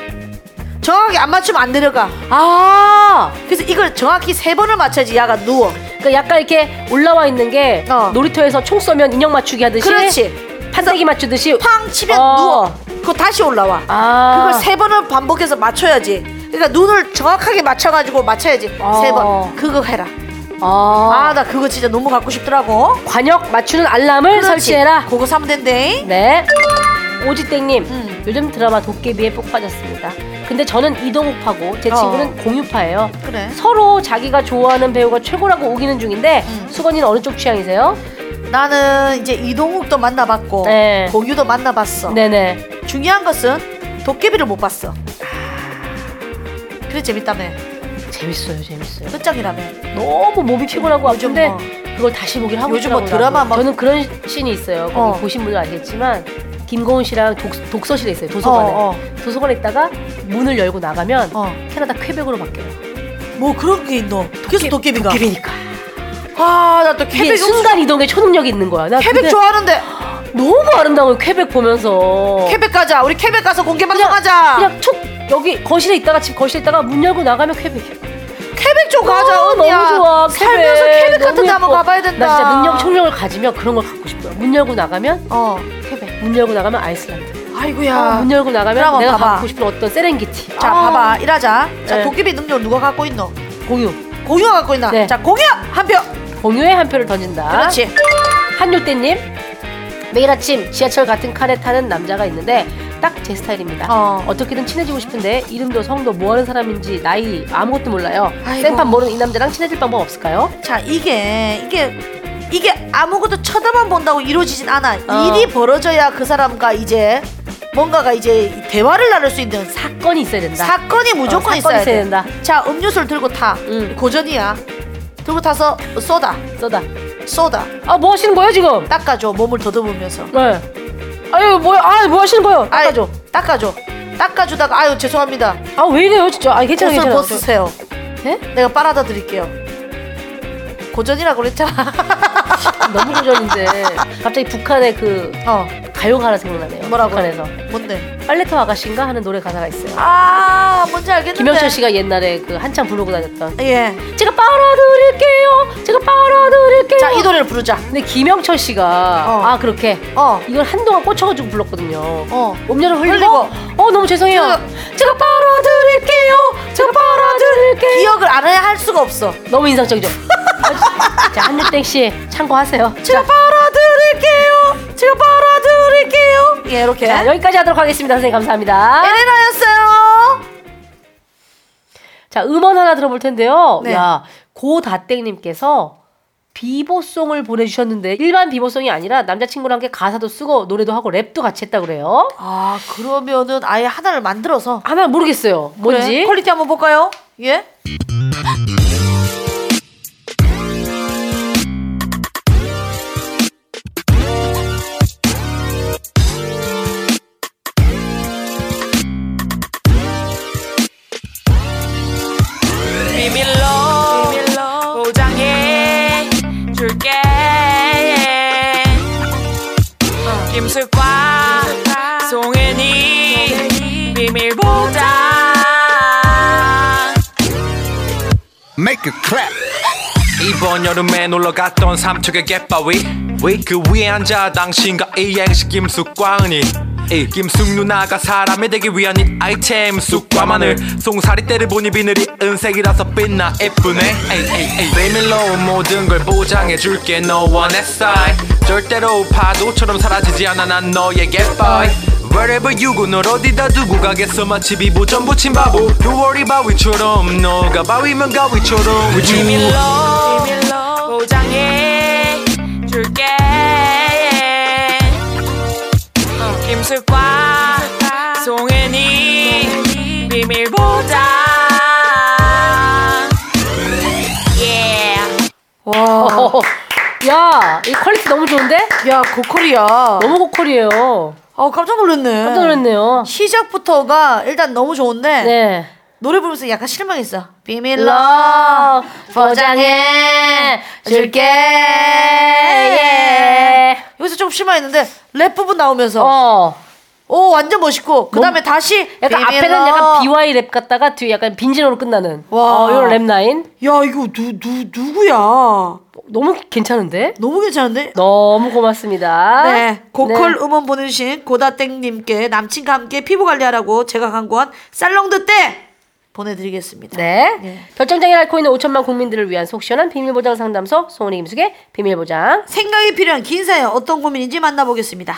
정확히 안 맞추면 안 내려가.
아.
그래서 이걸 정확히 세 번을 맞춰야지 야가 누워.
그러니까 약간 이렇게 올라와 있는 게
어.
놀이터에서 총 쏘면 인형 맞추기 하듯이
그렇지.
판때기 맞추듯이
팡 치면
어.
누워. 그거 다시 올라와.
아.
그걸 세 번을 반복해서 맞춰야지. 그러니까 눈을 정확하게 맞춰가지고 맞춰야지.
어.
세 번. 그거 해라.
아.
아, 나 그거 진짜 너무 갖고 싶더라고.
관역 맞추는 알람을
그렇지.
설치해라.
그거 사면 된대.
네. 오지땡님,
음.
요즘 드라마 도깨비에 푹 빠졌습니다. 근데 저는 이동욱파고 제
어.
친구는 공유파예요.
그래.
서로 자기가 좋아하는 배우가 최고라고 우기는 중인데
음.
수건이는 어느 쪽 취향이세요?
나는 이제 이동욱도 만나봤고
네.
공유도 만나봤어.
네네.
중요한 것은 도깨비를 못 봤어. 아. 그래 재밌다며.
재밌어요, 재밌어요.
끝장이라며.
너무 몸이 피곤하고
요즘
아픈데
뭐.
그걸 다시 보기를 하고
요즘 뭐
있더라고요.
드라마 막-
저는 그런 씬이 있어요. 거기
어.
보신 분들 아시겠지만 김고은 씨랑 독, 서실에 있어요. 도서관에.
어, 어.
도서관에 있다가 문을 열고 나가면
어.
캐나다 쾌백으로 바뀌어요.
뭐 그런 게 있노? 그래서 도깨비가.
쾌백이니까.
아, 나 또
이게
쾌백
순간 이동에 초능력이 있는 거야. 나
쾌백
근데
좋아하는데
너무 아름다워요. 쾌백 보면서.
쾌백 가자. 우리 쾌백 가서 공개 방송하자.
그냥 툭 여기 거실에 있다가 집 거실에 있다가 문 열고 나가면 쾌백이야.
쾌백 쪽 가자
아,
언니야.
너무 좋아.
살면서
쾌백.
쾌백 같은
너무
데 한번
예뻐.
가봐야 된다.
나 진짜 능력 총력을 가지면 그런 걸 갖고 싶어요. 문 열고 나가면
어.
쾌백. 문 열고 나가면 아이슬란드. 어,
아이고야.
문 열고 나가면
그럼
내가
봐봐.
갖고 싶은 어떤 세렝게티.
자,
아,
봐봐. 일하자. 자,
네.
도깨비 능력 누가 갖고 있노?
공유.
공유가 갖고 있나?
네.
자, 공유 한 표.
공유에 한 표를 던진다.
그렇지.
한요때님 매일 아침 지하철 같은 칸에 타는 남자가 있는데 딱 제 스타일입니다.
어.
어. 떻게든 친해지고 싶은데 이름도 성도 뭐하는 사람인지 나이 아무것도 몰라요.
아이고.
생판 모르는 이 남자랑 친해질 방법 없을까요?
자, 이게 이게 이게 아무것도 쳐다만 본다고 이루어지진 않아.
어.
일이 벌어져야 그 사람과 이제 뭔가가 이제 대화를 나눌 수 있는 사,
사건이 있어야 된다.
사건이 무조건
어, 사건이
있어야
있어야
돼.
된다.
자, 음료수를 들고 타.
응.
고전이야. 들고 타서 쏟아.
써다.
쏟아.
아 뭐 하시는 거예요 지금?
닦아줘. 몸을 더듬으면서.
네. 아유 뭐야? 아뭐 하시는 거예요?
닦아줘. 닦아줘. 닦아주다가 아유 죄송합니다.
아 왜 이래요 진짜? 아 괜찮아
옷을
괜찮아.
벗으세요.
네?
내가 빨아다 드릴게요. 고전이라고 그랬잖아. [laughs]
너무 고전인데 갑자기 북한의 그
어.
가요가 하나 생각나네요.
뭐라고?
북한에서
뭔데?
빨래터 아가씨인가 하는 노래 가사가 있어요.
아 뭔지 알겠는데.
김영철 씨가 옛날에 그 한참 부르고 다녔던
예.
제가 빨아드릴게요. 제가 빨아드릴게요.
자 이 노래를 부르자.
근데 김영철 씨가
어.
아 그렇게
어.
이걸 한동안 꽂혀가지고 불렀거든요.
어.
음료를 흘리고,
흘리고.
어 너무 죄송해요. 제가 빨아드릴게요. 제가 빨아드릴게요.
기억을 안 해야 할 수가 없어.
너무 인상적이죠. [laughs] 자 한유땡 씨 참고하세요.
제가 빨아드릴게요. 제가 빨아드릴게요. 예 이렇게.
자 여기까지 하도록 하겠습니다. 선생님 감사합니다.
에레나였어요.
자 음원 하나 들어볼 텐데요.
네.
야 고다땡님께서 비보송을 보내주셨는데 일반 비보송이 아니라 남자친구랑 함께 가사도 쓰고 노래도 하고 랩도 같이 했다 그래요.
아 그러면은 아예 하나를 만들어서.
아마 모르겠어요. 뭔지.
그래, 퀄리티 한번 볼까요? 예.
비밀로 보장해 줄게 김숙과 송은이 비밀 보장
Make a clap. 이번 여름에 놀러 갔던 삼척의 갯바위 위? 그 위에 앉아 당신과 이행시 김숙과 은이 이 김숙 누나가 사람이 되기 위한 이 아이템 쑥과 마늘 송사리 때를 보니 비늘이 은색이라서 빛나 예쁘네 에이, 에이, 에이. 비밀로 모든 걸 보장해줄게 너와 내 사이 절대로 파도처럼 사라지지 않아 난 너의 갯바위 Wherever you go 널 어디다 두고 가겠어 마치 비보 전부 친 바보 Don't worry 바위처럼 너가 바위면 가위처럼 With you.
비밀로 보장해 예, 줄게 어, 김숙과 송은이 비밀 보장 yeah.
어, 야, 이 퀄리티 너무 좋은데?
야, 고퀄이야.
너무 고퀄이에요.
아, 깜짝 놀랐네.
깜짝 놀랐네요.
시작부터가 일단 너무 좋은데
네.
노래 부르면서 약간 실망했어. 비밀로
러
포장해 줄게.
네. 예.
여기서 조금 실망했는데 랩 부분 나오면서
어.
오 완전 멋있고 그 다음에 다시
약간 앞에는
비밀로.
약간 BY 랩 같다가 뒤에 약간 빈지노로 끝나는
와.
어, 이런 랩 라인
야 이거 누, 누, 누구야
너무 괜찮은데?
너무 괜찮은데
너무 고맙습니다.
네 고컬
네.
음원 보내주신 고다땡님께 남친과 함께 피부 관리하라고 제가 광고한 살롱드 때 보내드리겠습니다
네.
네.
결정장애를 앓고 있는 5천만 국민들을 위한 속 시원한 비밀보장 상담소 송은이 김숙의 비밀보장.
생각이 필요한 긴 사연 어떤 고민인지 만나보겠습니다.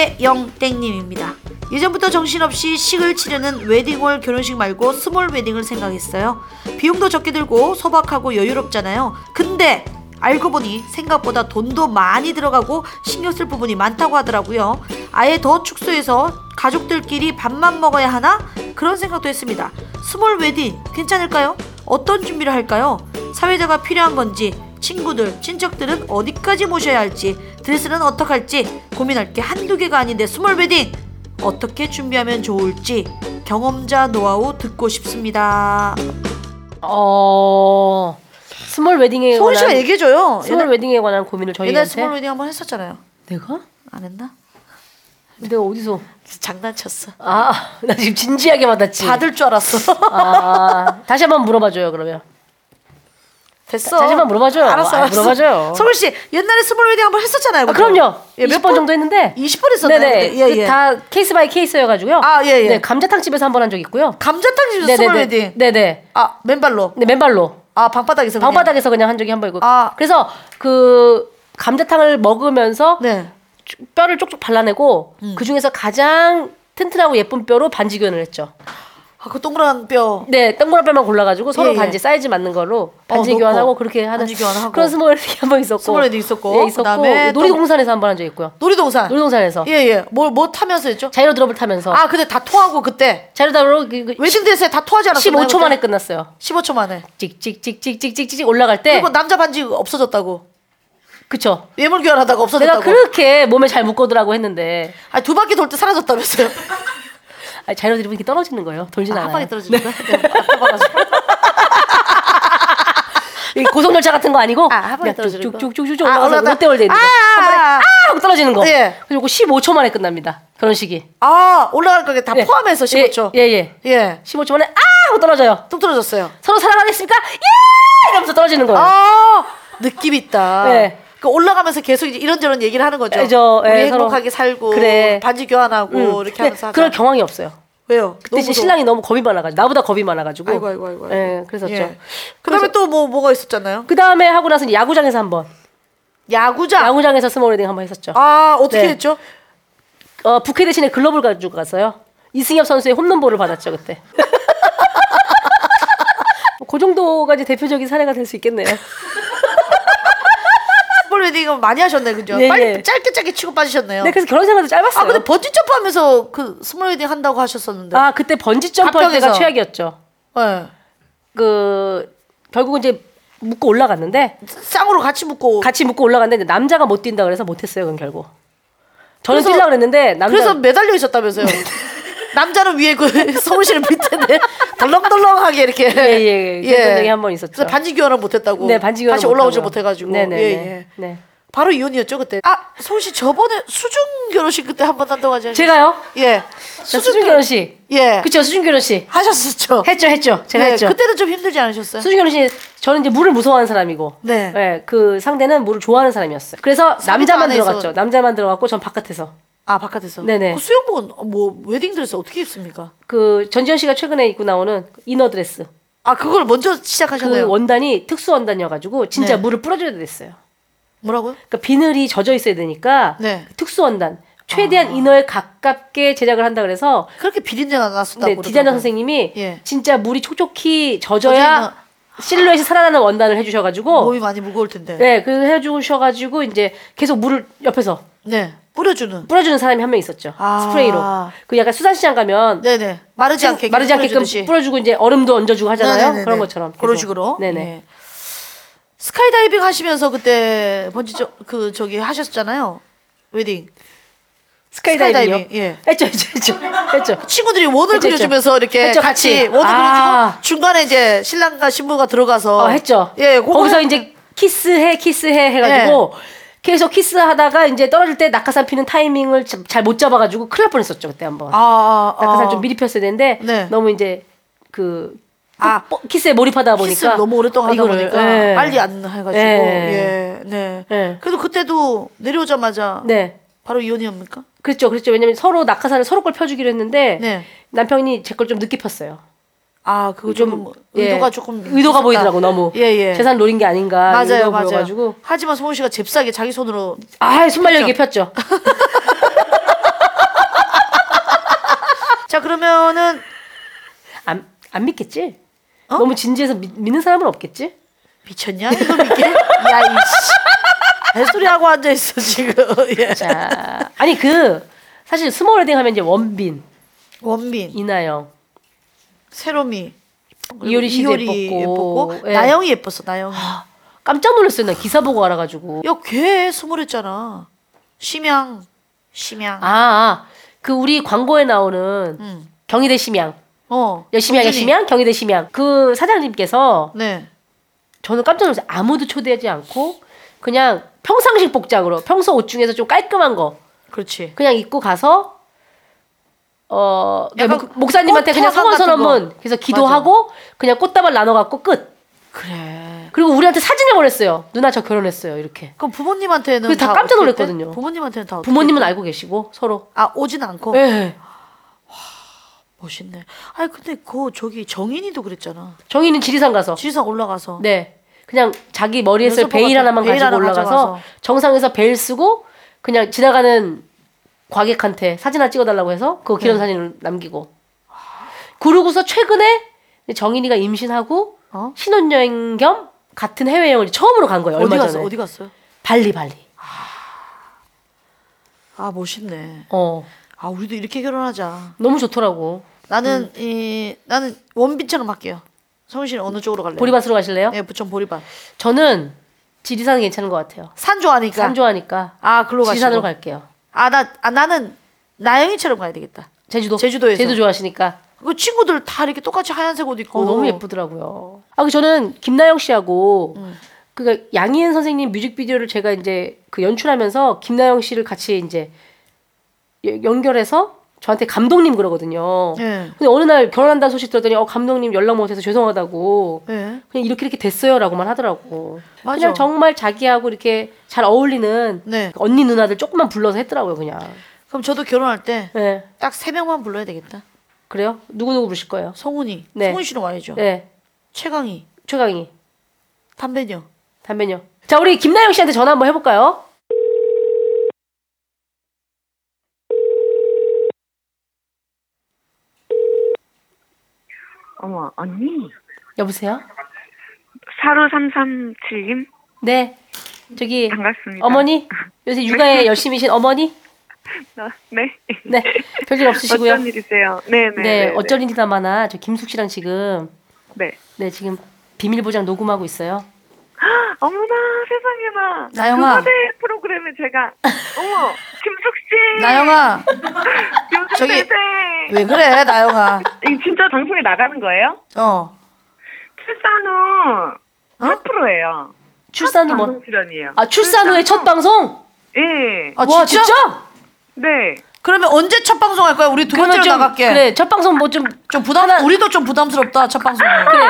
배영땡님입니다. 예전부터 정신없이 식을 치르는 웨딩홀 결혼식 말고 스몰 웨딩을 생각했어요. 비용도 적게 들고 소박하고 여유롭잖아요. 근데 알고 보니 생각보다 돈도 많이 들어가고 신경 쓸 부분이 많다고 하더라고요. 아예 더 축소해서 가족들끼리 밥만 먹어야 하나? 그런 생각도 했습니다. 스몰 웨딩 괜찮을까요? 어떤 준비를 할까요? 사회자가 필요한 건지 친구들, 친척들은 어디까지 모셔야 할지 드레스는 어떡할지 고민할 게 한두 개가 아닌데 스몰 웨딩 어떻게 준비하면 좋을지 경험자 노하우 듣고 싶습니다.
어 스몰 웨딩에
소은 씨가
관한
얘기해줘요.
네, 스몰 웨딩에 관한 고민을
옛날
저희한테
스몰 웨딩 한번 했었잖아요.
내가
안 했나?
내가 어디서
장난쳤어.
아 [laughs] 나 지금 진지하게 받았지.
받을 줄 알았어.
아 다시 한번 물어봐줘요 그러면.
[laughs] 됐어.
다- 다시 한번 물어봐줘요.
알았어,
아,
알았어.
물어봐줘요.
서울 씨 옛날에 스몰 웨딩 한번 했었잖아요.
아
그죠?
그럼요.
예, 몇
20번 정도 했는데.
20번 했었나요?
네네.
예, 예.
다 케이스 바이 케이스여가지고요.
아, 예, 예.
네 감자탕 집에서 한 번 한 적 있고요.
감자탕 집에서 스몰 웨딩.
네, 네네.
아 맨발로.
네 맨발로.
아 방바닥에서. 그냥.
방바닥에서 그냥 한 적이 한 번 있고.
아.
그래서 그 감자탕을 먹으면서
네. 음.
쭈- 뼈를 쪽쪽 발라내고 그 중에서 가장 튼튼하고 예쁜 뼈로 반지 교환을 했죠.
아그 동그란 뼈.
네, 동그란 뼈만 골라가지고 서로
예, 예.
반지 사이즈 맞는 걸로
어,
반지
놓고,
교환하고 그렇게 하는
반지 교환하고.
그런 스몰 웨딩 한번 있었고
스몰 웨딩 있었고,
예, 있었고
그다음에 또-
놀이공원에서 한 번 한 적 있고요.
놀이동산.
놀이동산에서
예예. 뭘 뭐 타면서 했죠?
자이로 드롭을 타면서
아 근데 다 토하고 그때
자이로드롭 그, 그,
웨딩 드레스에 다 토하지 않았어요?
15초 만에 끝났어요. 네.
15초 만에.
찍찍찍찍찍찍찍 올라갈 때
그리고 남자 반지 없어졌다고.
그쵸.
예물 교환하다가
내가
없어졌다고.
그렇게 몸에 잘 묶어두라고 했는데
아니, 두 바퀴 돌 때 사라졌다면서요? [laughs]
아, 자료 드리면 이렇게 떨어지는 거예요. 돌진
아,
않아요.
한 방에 떨어지는 거야? 네. 아파가지고.
[laughs] 이 고속열차 같은 거 아니고
아, 한 방에
그냥
떨어지는 거.
쭉쭉쭉쭉쭉
아,
올라가서
올라가다.
롯데월드 있는 거.
아,
한 번에
아, 아.
아 하고 떨어지는 거.
예.
그리고 15초 만에 끝납니다. 결혼식이.
아 올라갈 거게 다
예.
포함해서 15초.
예, 네. 예. 예.
예.
15초 만에 아 하고 떨어져요.
뚝 떨어졌어요.
서로 사랑하겠습니까? 예! 이러면서 떨어지는 거예요.
아 느낌 있다.
예.
그 올라가면서 계속 이제 이런저런 얘기를 하는 거죠.
예, 저, 예,
우리
서로.
행복하게 살고
그래.
반지 교환하고
음.
뭐 이렇게
근데
하면서 하자.
그럴 경황이 없어요.
왜요?
그때
너무
이제 신랑이 너무 겁이 많아가지고 나보다 겁이 많아가지고.
아이고 아이고 아이고. 아이고.
예, 그랬었죠.
예. 그다음에 또 뭐 뭐가 있었잖아요.
그 다음에 하고 나서 이제 야구장에서 한번
야구장.
야구장에서 스몰 웨딩 한번 했었죠.
아 어떻게
네.
했죠?
어, 부캐 대신에 글러브를 가지고 갔어요. 이승엽 선수의 홈런볼을 받았죠 그때. [laughs] 그 정도까지 대표적인 사례가 될 수 있겠네요.
스몰 웨딩은 많이 하셨네 그죠?
예,
빨리
예.
짧게 짧게 치고 빠지셨네요.
네, 그래서 결혼 생활도 짧았어요.
아 근데 번지 점프하면서 그 스몰 웨딩 한다고 하셨었는데.
아, 그때 번지 점프할 때가
가평에서.
최악이었죠.
예.
그 결국은 이제 묶고 올라갔는데
쌍으로 같이 묶고.
같이 묶고 올라갔는데 이제 남자가 못 뛴다 그래서 못했어요. 그건 결국. 저는
그래서-
뛰려고 그랬는데 남자
그래서 매달려
[laughs]
있었다면서요. 남자는 위에 그 [laughs] 서울 씨는 밑에인데 덜렁덜렁하게 이렇게
예, 예. 그런 적이 한번 있었죠.
그래서 반지 교환을 못했다고.
네 반지 교환을
다시 올라오질
못하고요.
못해가지고.
네네
예, 예.
네.
바로 이혼이었죠 그때. 아 서울 씨 저번에 수중 결혼식 그때 한 번 한다고 하지 않-
제가요?
예.
자, 수준 결혼식.
예.
그쵸 수준 결혼식.
하셨었죠.
했죠 했죠. 제가
예,
했죠.
그때도 좀 힘들지 않으셨어요?
수준결혼 씨 저는 이제 물을 무서워하는 사람이고
네.
예, 그 상대는 물을 좋아하는 사람이었어요. 그래서 남자만
안에서.
들어갔죠. 남자만 들어갔고 전 바깥에서.
아 바깥에서.
네네.
그 수영복은 뭐 웨딩 드레스 어떻게 입습니까?
그 전지현 씨가 최근에 입고 나오는 그 이너 드레스.
아 그걸 먼저 시작하셨네요.
그 원단이 특수 원단이어 가지고 진짜
네.
물을 뿌려줘야 됐어요.
뭐라고요?
그러니까 비늘이 젖어 있어야 되니까
네. 아.
특수 원단 최대한 이너에 가깝게 제작을 한다 그래서
그렇게 비린내가 났었다고.
네, 디자이너
그러더라고요.
선생님이
예.
진짜 물이 촉촉히
젖어있는-
젖어야 실루엣이 살아나는 원단을 해주셔가지고
몸이 많이 무거울 텐데.
네, 그 해주셔가지고 이제 계속 물을 옆에서
네. 뿌려주는.
뿌려주는 사람이 한 명 있었죠.
아.
스프레이로. 그 약간 수산시장 가면
네네. 마르지 않게
마르지 않게끔
뿌려주듯이.
뿌려주고 이제 얼음도 얹어주고 하잖아요.
네네네네.
그런 것처럼.
그런
계속.
식으로.
네네.
예. 스카이다이빙 하시면서 그때 번지 저그 저기 하셨잖아요. 웨딩.
스카이다이빙이요?
예.
했죠, 했죠, 했죠.
[laughs]
했죠.
친구들이 원을
했죠, 했죠.
그려주면서 이렇게
했죠,
같이,
같이.
원을
아.
그려주고 중간에 이제 신랑과 신부가 들어가서
어, 했죠.
예, 그거
거기서
했-
이제 키스해, 키스해 해가지고 계속 키스하다가 이제 떨어질 때 낙하산 피는 타이밍을 잘 못 잡아가지고 큰일 날 뻔했었죠 그때 한번.
아, 아,
낙하산 좀 미리 폈어야 되는데
네.
너무 이제 그
아,
뽀- 키스에 몰입하다 보니까
키스를 너무 오랫동안 하다
이거를,
보니까
예.
빨리 안 해가지고
예.
예, 네.
예.
그래도 그때도 내려오자마자
네.
바로 이혼이옵니까?
그렇죠, 그렇죠. 왜냐면 서로 낙하산을 서로 걸 펴주기로 했는데
네.
남편이 제 걸 좀 늦게 폈어요.
아, 그거
좀,
좀,
예.
의도가 조금
의도가
있었다.
보이더라고 너무
예, 예.
재산 노린 게 아닌가
맞아요,
의도가
맞아요.
보여가지고
하지만 성훈 씨가 잽싸게 자기 손으로
아 순발력이 폈죠.
자 그러면은
안, 안 믿겠지?
어?
너무 진지해서 믿, 믿는 사람은 없겠지?
미쳤냐 이거
[laughs]
믿게? 야 이씨 배소리 하고 앉아 있어 지금. [laughs] 예.
자, 아니 그 사실 스몰 웨딩 하면 이제 원빈,
원빈,
이나영,
세롬이, 그리고
이효리 씨도
이효리
예뻤고, 예.
나영이 예뻤어 나영이.
깜짝 놀랐어요 나 기사 보고 알아가지고.
야걔 스물했잖아. 심양, 심양.
아, 아, 그 우리 광고에 나오는
음.
경희대 심양,
어.
열심히 하겠
우진이.
심양, 경희대 심양. 그 사장님께서
네.
저는 깜짝 놀랐어요. 아무도 초대하지 않고 그냥 평상식 복장으로 평소 옷 중에서 좀 깔끔한 거
그렇지.
그냥 입고 가서 어 그냥
약간
목- 목사님한테 그냥
꽃화관
성원
같은
선언문
거.
그래서 기도하고 그냥 꽃다발 나눠 갖고 끝.
그래.
그리고 우리한테 사진을 보냈어요. 누나 저 결혼했어요. 이렇게.
그럼 부모님한테는
그게 다 깜짝
어떻게 했대?
놀랐거든요.
부모님한테는 다 어떻게
부모님은
했대?
알고 계시고 서로.
아 오진 않고.
예.
멋있네. 아니 근데 그 저기 정인이도 그랬잖아.
정희는 지리산 가서.
지리산 올라가서.
네. 그냥 자기 머리에 쓸
연습복
베일
같은-
하나만
베일
가지고
하나
올라가서
가져가서.
정상에서 베일 쓰고 그냥 지나가는 과객한테 사진 하나 찍어달라고 해서
네.
그거 기념 사진을 남기고 그러고서 최근에 정인이가 임신하고
어?
신혼여행 겸 같은 해외여행을 처음으로 간 거예요. 얼마
어디 갔어?
전에
어디 갔어요?
발리 발리.
아 멋있네.
어
아 우리도 이렇게 결혼하자.
너무 좋더라고. 음.
나는 이 나는 원빈처럼 할게요. 성훈 씨는 어느 쪽으로 갈래요?
보리밭으로 가실래요?
예, 부천 보리밭.
저는 지리산 괜찮은 것 같아요.
산 좋아하니까.
산 좋아하니까
아, 글로 가시고.
지리산으로 갈게요.
아, 나 아, 나는 나영이처럼 가야 되겠다.
제주도
제주도에서.
제주 좋아하시니까
그 친구들 다 이렇게 똑같이 하얀색 옷 입고
어, 너무 예쁘더라고요. 아, 그 저는 김나영 씨하고
음.
그니까 양희은 선생님 뮤직비디오를 제가 이제 그 연출하면서 김나영 씨를 같이 이제 예- 연결해서 저한테 감독님 그러거든요.
예.
근데 어느 날 결혼한다는 소식 들었더니 어 감독님 연락 못해서 죄송하다고
예.
그냥 이렇게 이렇게 됐어요라고만 하더라고.
맞아.
그냥 정말 자기하고 이렇게 잘 어울리는 그
네.
언니 누나들 조금만 불러서 했더라고요 그냥.
그럼 저도 결혼할 때 딱 세
네.
명만 불러야 되겠다.
그래요? 누구 누구 부르실 거예요?
성훈이,
네.
성훈 씨는 와야죠.
네.
최강희,
최강희.
담배녀.
담배요. 자, 우리 김나영 씨한테 전화 한번 해볼까요?
어머 언니
여보세요?
사루 337님
네. 저기
반갑습니다.
어머니 요새 육아에 열심히신 어머니
어, 네.
네 별일 없으시고요.
어쩐 일이세요? 네네.
네 어쩔 일이다마나 저 김숙 씨랑 지금
네.
네 지금 비밀 보장 녹음하고 있어요.
어머나 세상에나.
나영아.
그 화제 프로그램에 제가 어머 김숙 씨.
나영아,
요즘
저기-
세대.
왜 그래, 나영아?
이거 진짜 방송에 나가는 거예요?
어.
출산 후 어? 프로예요.
출산 후
방송
뭐?
출연이에요.
아 출산 후에 첫 방송?
예.
아,
와
진짜?
진짜?
네.
그러면 언제 첫 방송 할 거야? 우리 두 번째로 나갈게.
그래 첫 방송 뭐 좀
좀 부담, 우리도 좀 부담스럽다, 첫 방송.
아, 그래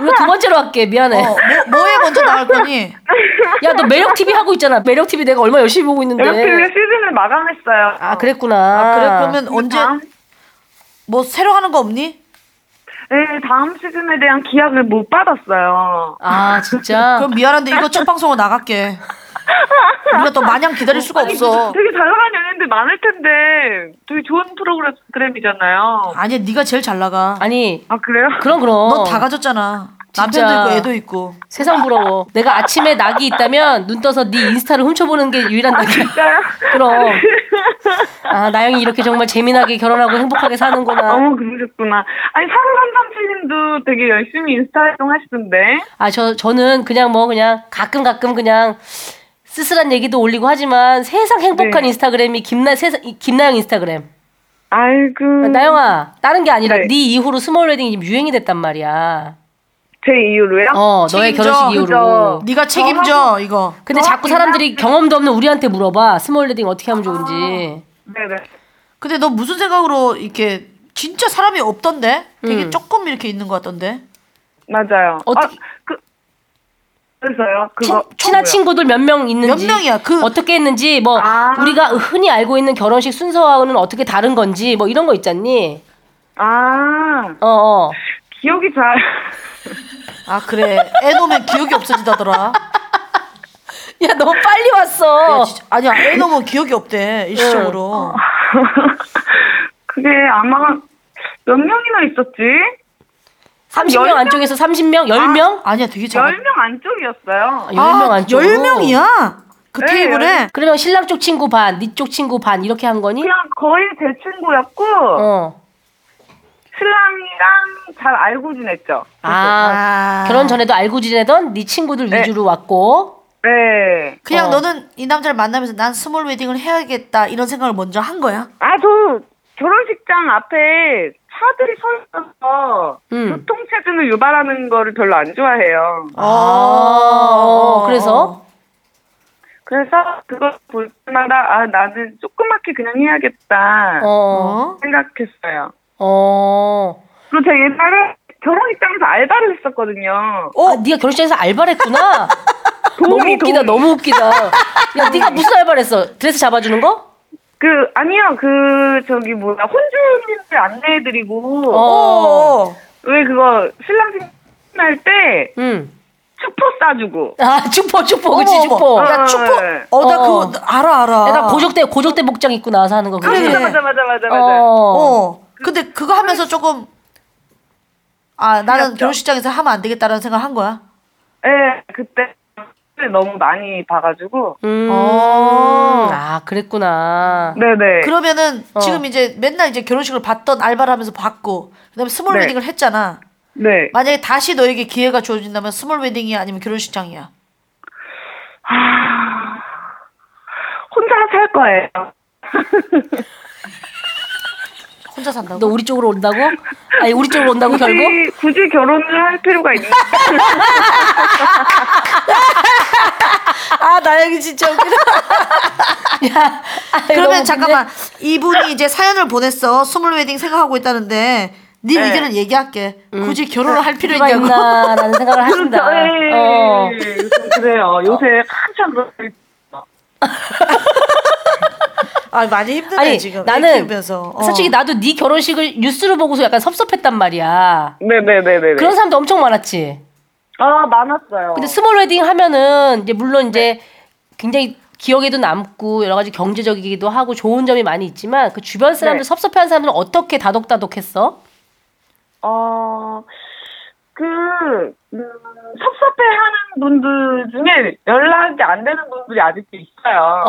우리 두 번째로 할게 미안해.
어, 뭐, 뭐에 먼저 나갈 거니?
야 너 매력 TV 하고 있잖아. 매력 TV 내가 얼마 나 열심히 보고 있는데.
연필 시즌을 마감했어요.
네. 아 그랬구나.
그래, 그러면 언제,
다음,
뭐, 새로 하는 거 없니?
네, 다음 시즌에 대한 기약을 못 받았어요.
아 진짜.
[laughs] 그럼 미안한데 이거 첫 방송으로 나갈게. 우리가 또 마냥 기다릴 수가 없어.
되게 잘 나가는 연예인들 많을 텐데 되게 좋은 프로그램이잖아요.
아니, 네가 제일 잘 나가.
아니 어.
아 그래요?
그럼 그럼
넌 다 가졌잖아. 남편도 있고 애도 있고.
세상 부러워. 내가 아침에 낙이 있다면 눈 떠서 네 인스타를 훔쳐보는 게 유일한 낙이야. 그럼. 아 나영이 이렇게 정말 재미나게 결혼하고 행복하게 사는구나.
너무 어, 그러셨구나. 아니 3337님도 되게 열심히 인스타 활동하시던데.
아 저 저는 그냥 뭐 그냥 가끔 가끔 그냥 쓸쓸한 얘기도 올리고 하지만 세상 행복한
네.
인스타그램이 김나 세상 이- 김나영 인스타그램.
아이고.
나영아 다른 게 아니라 네,
음. 네.
이후로 스몰 웨딩이 지금 유행이 됐단 말이야.
제 이후로요?
어 너의
책임져,
결혼식 이후로. 어,
그죠.
네가 책임져
저하고-
이거.
근데 자꾸 사람들이 경험도 없는 우리한테 물어봐 스몰 웨딩 어떻게 하면 좋은지.
네네.
근데 너 무슨 생각으로 이렇게 진짜 사람이 없던데? 되게
음.
조금 이렇게 있는 것 같던데.
맞아요.
어떻게-
아, 그 그래서요. 그거
친- 친한 친구들 몇 명 있는지
몇 명이야? 그-
어떻게 했는지 뭐
아.
우리가 흔히 알고 있는 결혼식 순서와는 어떻게 다른 건지 뭐 이런 거 있잖니.
아
어 어.
기억이 잘. [laughs]
아 그래. 애 놓으면 기억이 없어지다더라.
야 너무 빨리 왔어.
야, 진짜. 아니야 애 놓으면 기억이 없대 일시적으로.
그게 아마 몇 명이나 있었지?
30명
열 명?
안쪽에서 30명, 10명?
아니야 되게 잘.
10명 안쪽이었어요.
10명 안쪽.
열 명이야. 그
네,
테이블에.
그러면 신랑 쪽 친구 반, 니 쪽 친구 반 이렇게 한 거니?
그냥 거의 제 친구였고
어.
신랑이랑 잘 알고 지냈죠.
아,
아.
결혼 전에도 알고 지내던 니 친구들
네.
위주로 왔고.
네.
그냥
어.
너는 이 남자를 만나면서 난 스몰 웨딩을 해야겠다 이런 생각을 먼저 한 거야.
아 저 결혼식장 앞에 차들이 서 있어서
음.
교통체증을 유발하는 거를 별로 안 좋아해요.
아. 어, 그래서
그래서 그걸 볼 때마다 아 나는 조그맣게 그냥 해야겠다
어.
생각했어요.
어.
그리고 제가 옛날에 결혼식장에서 알바를 했었거든요.
어, 네가 결혼식장에서 알바를
[laughs]
했구나. 너무
도우미,
웃기다,
도우미.
너무 웃기다. 야, 네가 무슨 알바를 했어? 드레스 잡아주는 거?
그 아니요 그 저기 뭐야 혼주님들 안내해드리고
어.
왜 그거 신랑 신날 때
응.
축포 싸주고
음. 아, 축포, 축포, 그치,
어머,
축포.
어머.
야 축포. 어 나
어.
그거 알아 알아.
내가 고족대, 고족대 복장 입고 나와서 하는 거, 그치?
그래.
맞아 맞아 맞아 맞아 맞아
네. 어.
어. 근데 그거 하면서 조금 아 나는 결혼식장에서 하면 안 되겠다라는 생각 한 거야.
예 그때 너무 많이 봐가지고
음.
어.
아, 그랬구나.
네네
그러면은
어.
지금 이제 맨날 이제 결혼식을 봤던 알바를 하면서 봤고 그다음에 스몰
네.
웨딩을 했잖아.
네
만약에 다시 너에게 기회가 주어진다면 스몰 웨딩이 아니면 결혼식장이야.
혼자 살 거예요
혼자 산다고?
너 우리 쪽으로 온다고? 아니, 우리 쪽으로 온다고, 결국?
굳이 굳이 결혼을 할 필요가 있나
[laughs] 아 나영이 진짜 웃기다.
[laughs] 야, 아이,
그러면
너무
잠깐만 이분이 이제 사연을 보냈어. 스몰 웨딩 생각하고 있다는데 네
네.
의견을 얘기할게. 굳이 결혼을 할 필요
필요가 음.
있냐고.
있나라는
그러니까,
생각을 하신다.
예,
어.
요즘 그래요 요새 한참 그런
아 많이 힘드네
아니
지금. 애
나는
키우면서. 어.
솔직히 나도 네 결혼식을 뉴스로 보고서 약간 섭섭했단 말이야.
네네네네
그런 사람도 엄청 많았지.
아 많았어요 네.
근데 스몰 웨딩 하면은 이제 물론 이제 굉장히 기억에도 남고 여러 가지 경제적이기도 하고 좋은 점이 많이 있지만 그 주변 사람들
네.
섭섭해하는 사람들은 어떻게 다독다독했어?
어, 그, 음, 섭섭해 하는 분들 중에 연락이 안 되는 분들이 아직도 있어요.
어.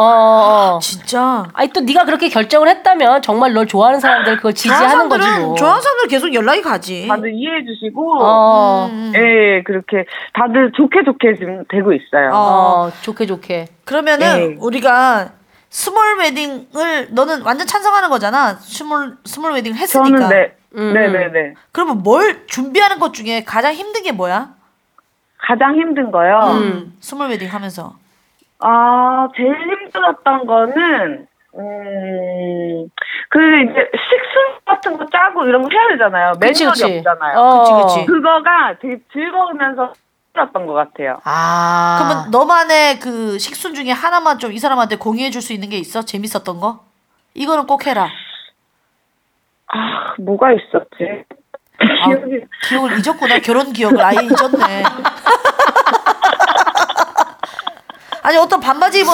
어.
진짜.
아니 또 네가 그렇게 결정을 했다면 정말 널 좋아하는 사람들 그걸 지지하는 거지 뭐.
좋아하는 사람들 계속 연락이 가지.
다들 이해해 주시고,
어.
음.
예, 그렇게 다들 좋게 좋게 지금 되고 있어요.
어.
어, 네. 좋게 좋게.
그러면은
예.
우리가 스몰 웨딩을 너는 완전 찬성하는 거잖아. 스몰 스몰 웨딩 했으니까.
저는 네,
음.
네네네.
그러면 뭘 준비하는 것 중에 가장 힘든 게 뭐야?
가장 힘든 거요.
음.
스몰 웨딩 하면서.
아, 제일 힘들었던 거는, 음, 그 이제 식순 같은 거 짜고 이런 거 해야 되잖아요.
그치,
매뉴얼이
그치.
없잖아요.
어.
그치, 그치.
그거가 되게 즐거우면서 힘들었던 것 같아요.
아.
그러면 너만의 그 식순 중에 하나만 좀 이 사람한테 공유해 줄 수 있는 게 있어? 재밌었던 거? 이거는 꼭 해라.
아, 뭐가 있었지?
아, 기억을 잊었구나. 결혼 기억을 아예
[laughs]
잊었네. 아니 어떤 반바지 입은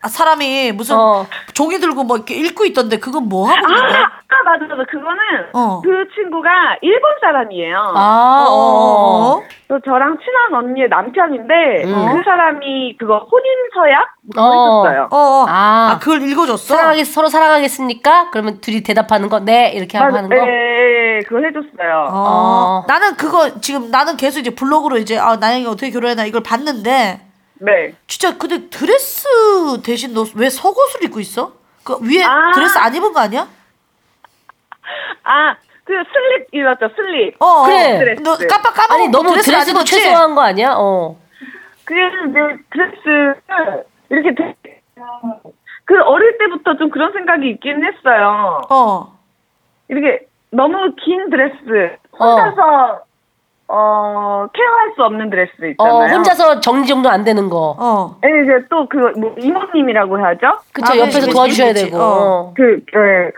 아- 사람이 무슨
어.
종이 들고 뭐 이렇게 읽고 있던데 그건 뭐 하고 있는 거야?
아, 아, 맞아, 맞아. 그거 그거는
어.
그 친구가 일본 사람이에요.
아, 어.
또 저랑 친한 언니의 남편인데
음.
그 사람이 그거 혼인 서약 뭐
어.
했었어요.
어, 어. 아,
아,
그걸 읽어줬어?
사랑하겠, 서로 사랑하겠습니까? 그러면 둘이 대답하는 거, 네, 이렇게 하고 하는 거.
예, 예, 그걸 해줬어요.
어.
어.
나는 그거 지금 나는 계속 이제 블로그로 이제 아 나영이 어떻게 결혼했나 이걸 봤는데
네.
진짜 근데 드레스 대신 너 왜 속옷을 입고 있어? 그 위에
아.
드레스 안 입은 거 아니야?
아, 그 슬립 입었죠, 슬립.
어, 어.
그래.
드레스.
너 깜빡 까먹고
아니, 너무
드레스를 안
드레스도
입었지?
최소화한 거 아니야? 어.
그래서 이제 드레스를 이렇게 되게 그 어릴 때부터 좀 그런 생각이 있긴 했어요.
어.
이렇게 너무 긴 드레스 혼자서 어, 케어할 수 없는 드레스
어,
있잖아요.
혼자서 정리정돈 안 되는 거.
어.
예, 이제 또그 이모님이라고 하죠.
그쵸,
아,
옆에서
그치,
도와주셔야
그치, 그치.
되고.
어.
어.
그 예.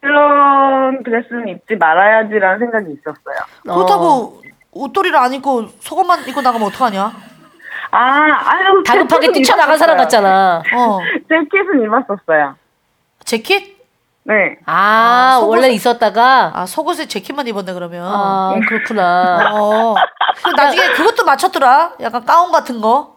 그런 드레스는 입지 말아야지라는 생각이 있었어요.
그렇다고 옷돌이를 안 입고 속옷만 입고 나가면 어떡하냐?
아, 아유
다급하게
재킷은
뛰쳐나간 사람
입었었어요.
같잖아.
어.
재킷은 입었었어요.
재킷?
네.
아,
속옷을-
원래 있었다가?
아, 속옷에 재킷만 입었네 그러면.
아,
[laughs]
그렇구나.
어. 그 나중에 그것도 맞췄더라. 약간 가운 같은 거.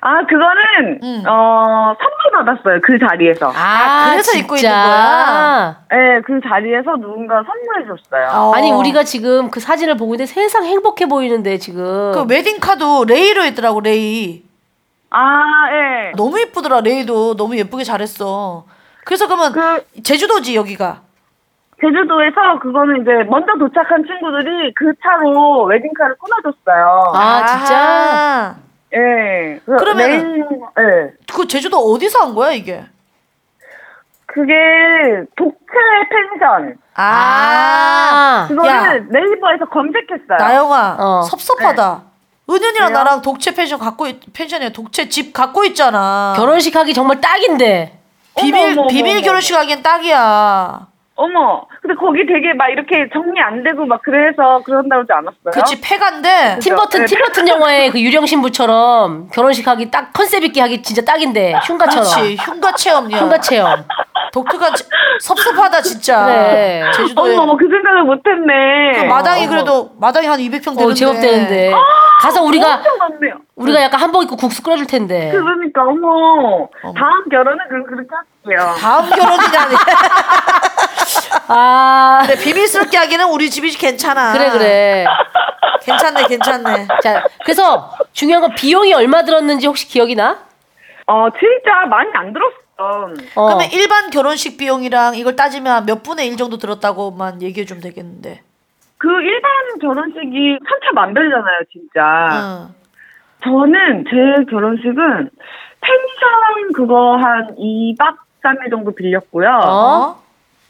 아, 그거는
음.
어 선물 받았어요. 그 자리에서.
아,
그래서
진짜?
입고 있는 거야?
예, 그 자리에서 누군가 선물해 줬어요.
어.
아니, 우리가 지금 그 사진을 보고 있는데 세상 행복해 보이는데, 지금.
그 웨딩 카드 레이로 했더라고 레이.
아, 예.
너무 예쁘더라 레이도 너무 예쁘게 잘했어. 그래서 그러면
그-
제주도지 여기가.
제주도에서 그거는 이제 먼저 도착한 친구들이 그 차로 웨딩카를 끊어줬어요.
아, 진짜?
아하.
예. 그
그러면은-
메인- 예.
그 제주도 어디서 한 거야 이게?
그게 독채 펜션.
아,
아.
그거는
야.
네이버에서 검색했어요.
나영아
어.
섭섭하다. 은연이랑
왜요?
나랑 독채 펜션 갖고 있, 펜션에 독채 집 갖고 있잖아.
결혼식 하기 정말 딱인데.
비밀
어머, 어머,
비밀
어머,
결혼식 하기엔 딱이야.
어머, 근데 거기 되게 막 이렇게 정리 안 되고 막 그래서 그런다고 하지 않았어요?
그치 폐간데
팀버튼,
네.
팀버튼 영화의 그 유령 신부처럼 결혼식 하기 딱 컨셉 있게 하기 진짜 딱인데. 흉가처럼.
그렇지 흉가 체험이야.
흉가 체험. 어,
독특한 체- 섭섭하다 진짜.
그래.
제주도에
어머, 어머, 그 생각을 못했네.
그 마당이
어머.
그래도 마당이 한 200평 되는데. 아,
어, 제법 되는데. 가서 우리가,
엄청 많네요.
우리가 약간 한복 입고 국수 끓여줄 텐데.
그러니까 어머, 다음 결혼은 그럼 그렇게 할게요.
다음 결혼이라니. [laughs]
아.
근데 비밀스럽게 하기는 우리 집이 괜찮아.
그래, 그래.
괜찮네 괜찮네.
자, 그래서 중요한 건 비용이 얼마 들었는지 혹시 기억이 나?
어, 진짜 많이 안 들었어.
어.
그러면 일반 결혼식 비용이랑 이걸 따지면 몇 분의 일 정도 들었다고만 얘기해 주면 되겠는데.
그 일반 결혼식이 3차 만별잖아요, 진짜.
응.
저는 제 결혼식은 펜션 그거 한 2박 3일 정도 빌렸고요.
어?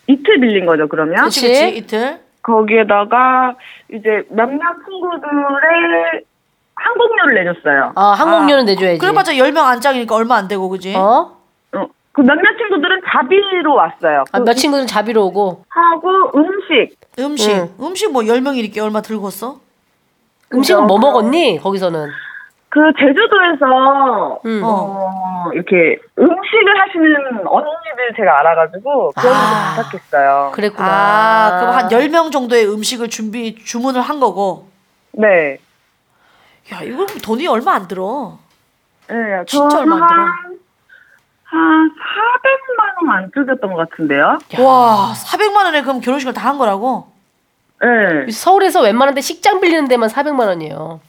이틀 빌린 거죠, 그러면?
그치.
그치 그치 이틀.
거기에다가 이제 몇몇 친구들의 항공료를 내줬어요.
아, 항공료는 내줘야지.
그래봤자 10명 안짝이니까 얼마 안 되고 그지?
어?
어, 그 몇몇 친구들은 자비로 왔어요.
아,
그
몇 친구는 자비로 오고.
하고 음식
음식
응.
음식 뭐 10명이니까 얼마 들었어?
음식은 뭐
그죠?
먹었니? 거기서는.
그 제주도에서
음.
어, 이렇게 음식을 하시는 언니들 제가 알아가지고 그런
아.
거 부탁했어요.
그랬구나.
아, 그럼 한 10명 정도의 음식을 준비 주문을 한 거고.
네.
야 이거 돈이 얼마 안 들어.
네,
진짜
저는
얼마 안 들어.
한, 한 400만 원 안 뜯었던 것 같은데요?
와 400만 원에 그럼 결혼식을 다 한 거라고?
네.
음. 서울에서 웬만한 데 식장 빌리는 데만 400만 원이에요.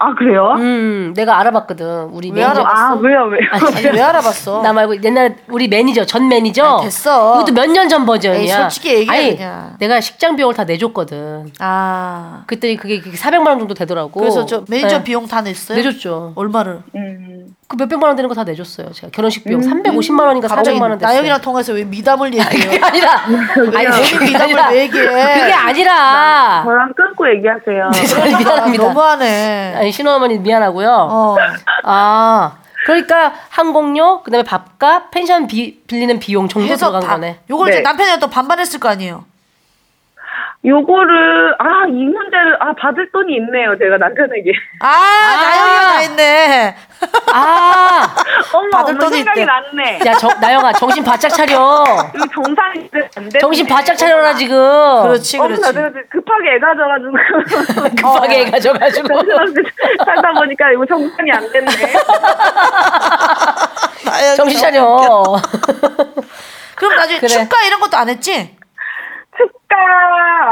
아, 그래요?
음, 내가 알아봤거든. 우리
왜
매니저.
아, 왜요, 왜요?
아니, 왜 알아봤어?
나 말고 옛날에 우리 매니저 전 매니저
아니, 됐어.
이것도 몇 년 전 버전이야.
에이, 솔직히 얘기해,
아니,
그냥.
내가 식장 비용을 다 내줬거든.
아
그랬더니 그게 400만 원 정도 되더라고.
그래서 저 매니저
네.
비용 다 냈어요?
내줬죠.
얼마를?
음.
그 몇백만 원 되는 거 다 내줬어요. 제가 결혼식 비용 350만 원인가 400만
갑자기
원 됐어요.
나영이랑 통화해서 왜 미담을 얘기해요?
[laughs] 그게 아니라 아니
본인 미담을 왜 얘기해?
그게 아니라
[laughs] 저랑 끊고 얘기하세요.
[laughs] 죄송해요. 미안합니다.
그러니까 너무하네.
아니 신어머니 미안하고요.
어.
아 그러니까 항공료 그다음에 밥값 펜션 비, 빌리는 비용 정도
해서
들어간
다
거네.
요걸 이제
네.
남편이랑 또 반반했을 거 아니에요?
요거를, 아, 이 문제를, 아, 받을 돈이 있네요, 제가 남편에게.
아, 나영이가 다 했네.
아
어머,
다들
어머,
떠들
생각이
때.
났네.
야, 정, 나영아, 정신 바짝 차려.
이거 정상이 안 돼.
정신 바짝 차려라, 지금.
그렇지
어머나,
그렇지.
내가 지금 급하게 애 가져가지고
어.
급하게
[laughs]
가져가지고.
[laughs] 살다 보니까 이거 정상이 안 됐네.
나야,
정신
[laughs]
차려.
그럼 나중에
그래.
축가 이런 것도 안 했지?
축가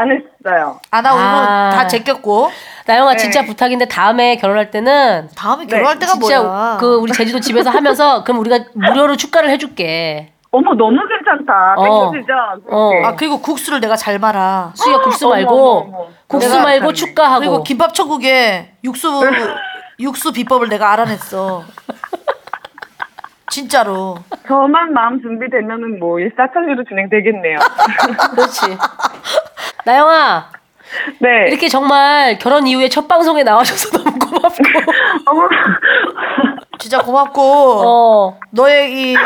안 했어요.
안 하고
아.
아. 다 제꼈고
나영아,
네.
진짜 부탁인데 다음에 결혼할 때는
다음에
네,
결혼할 때가
진짜
뭐야?
그 우리 제주도 집에서 하면서 그럼 우리가 무료로 축가를 해줄게.
어머 너무 괜찮다.
어.
땡겨지죠. 네.
어.
아 그리고 국수를 내가 잘 말아.
수야 국수
어머,
말고
어머, 어머.
국수
내가
말고
잘해.
축가하고.
그리고 김밥 천국에
[laughs]
육수 육수 비법을 내가 알아냈어. 진짜로.
저만 마음 준비되면은 뭐 일사천리로 진행되겠네요.
[laughs] 그렇지. 나영아
네.
이렇게 정말 결혼 이후에 첫 방송에 나와줘서 [laughs] 너무 고맙고.
어머. [laughs]
진짜 고맙고
어.
너의 이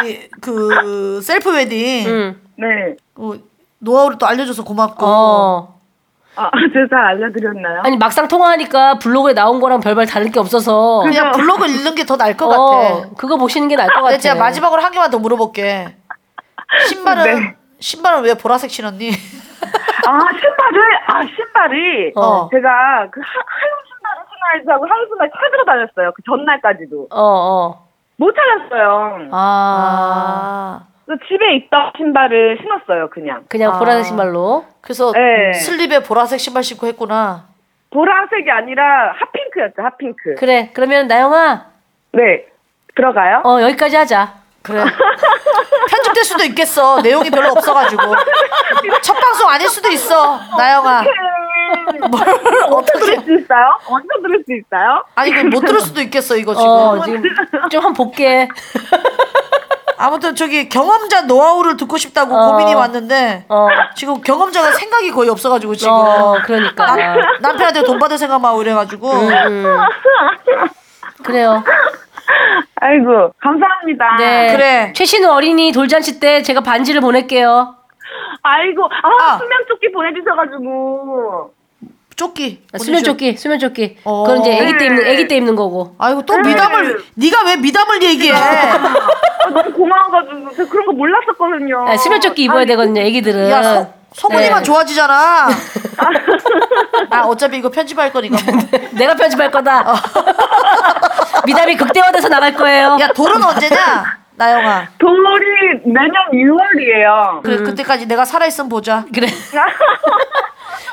그 셀프 웨딩
응.
네.
어, 노하우를 또 알려줘서 고맙고
어.
아, 제가 잘 알려드렸나요?
아니 막상 통화하니까 블로그에 나온 거랑 별말 다를 게 없어서.
그냥 블로그 읽는 게 더 나을 것
어.
같아.
그거 보시는 게 나을 것 같아.
근데 제가 마지막으로 한 개만 더 물어볼게. 신발은
네.
신발은 왜 보라색 신었니?
아, 신발을, 아, 신발이,
어.
제가 그 하, 하얀 신발을 신어야지 하고 하얀 신발 찾으러 다녔어요. 그 전날까지도.
어 어.
못 찾았어요.
아.
아
그래서 집에 있던 신발을 신었어요, 그냥.
그냥
아.
보라색 신발로.
그래서
네.
슬립에 보라색 신발 신고 했구나.
보라색이 아니라 핫핑크였죠, 핫핑크.
그래. 그러면 나영아
네. 들어가요?
그 어 여기까지 하자.
[laughs] 그래. 편집될 수도 있겠어. 내용이 별로 없어가지고 첫 방송 아닐 수도 있어.
[laughs]
나영아. 뭘
언제 들을
어떻게?
수 있어요? 언제 들을 수 있어요?
아니 이거 못 들을 수도 있겠어 이거 지금.
어 지금 좀 한 번 볼게.
아무튼 저기 경험자 노하우를 듣고 싶다고
어.
고민이 왔는데
어.
지금 경험자가 생각이 거의 없어가지고 지금 아.
어 그러니까.
남편한테 돈 받을 생각만 하고 이래가지고
음, 그래요.
아이고, 감사합니다.
네.
그래.
최신우 어린이 돌잔치 때 제가 반지를 보낼게요.
아이고, 아,
아.
수면조끼 보내주셔가지고.
조끼
아, 수면조끼, 수면조끼.
어.
그건 이제 아기 때 입는 아기 때 입는 거고.
아이고 또 미담을 네가 왜 미담을
음.
얘기해?
아, 너무 고마워가지고. 저 그런 거 몰랐었거든요.
아, 수면조끼 입어야 되거든요, 아기들은.
야 소, 소문이만
네.
좋아지잖아. 나 어차피 이거 편집할 거니까. 뭐.
[laughs] 내가 편집할 거다.
어.
[laughs] 미담이 극대화돼서 나갈 거예요.
야 돌은 언제냐? 나영아.
돌이 내년 6월이에요. [laughs]
그래
음.
그때까지 내가 살아있으면 보자.
그래.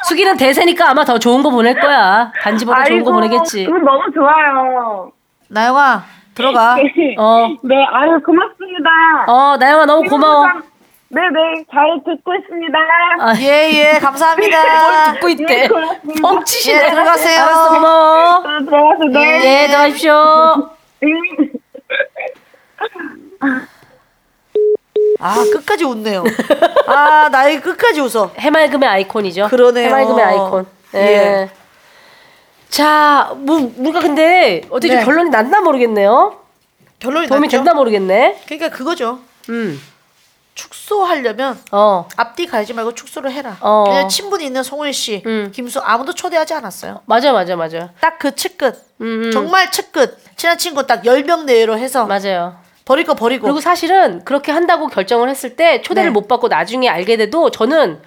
수기는 대세니까 아마 더 좋은 거 보낼 거야. 반지보다 좋은 거 보내겠지.
그건 너무 좋아요.
나영아 들어가.
어.
네, 아유, 고맙습니다.
어, 나영아 너무 고마워.
네네, 잘 듣고 있습니다.
아,
예예 감사합니다.
듣고 있대.
고맙습니다.
뻥치시네.
예, 들어가세요.
알았어, 고마워.
아, 들어가서 네.
예, 들어가십시오.
아 끝까지 웃네요. 아 나이 끝까지 웃어.
해맑음의 아이콘이죠.
그러네요.
해맑음의 아이콘. 예.
예.
자, 뭐 우리가 근데 어떻게 좀
네.
결론이 났나 모르겠네요.
결론이
도움이
났죠?
됐나 모르겠네.
그러니까 그거죠.
음.
축소하려면
어.
앞뒤 가지 말고 축소를 해라.
어.
왜냐면 친분이 있는 송일 씨,
음.
김수 아무도 초대하지 않았어요.
맞아 맞아 맞아.
딱 그 측끝.
음, 음.
정말 측끝. 친한 친구 딱 10명 내외로 해서
맞아요.
버릴 거 버리고.
그리고 사실은 그렇게 한다고 결정을 했을 때 초대를
뭐. 네.
못 받고 나중에 알게 돼도 저는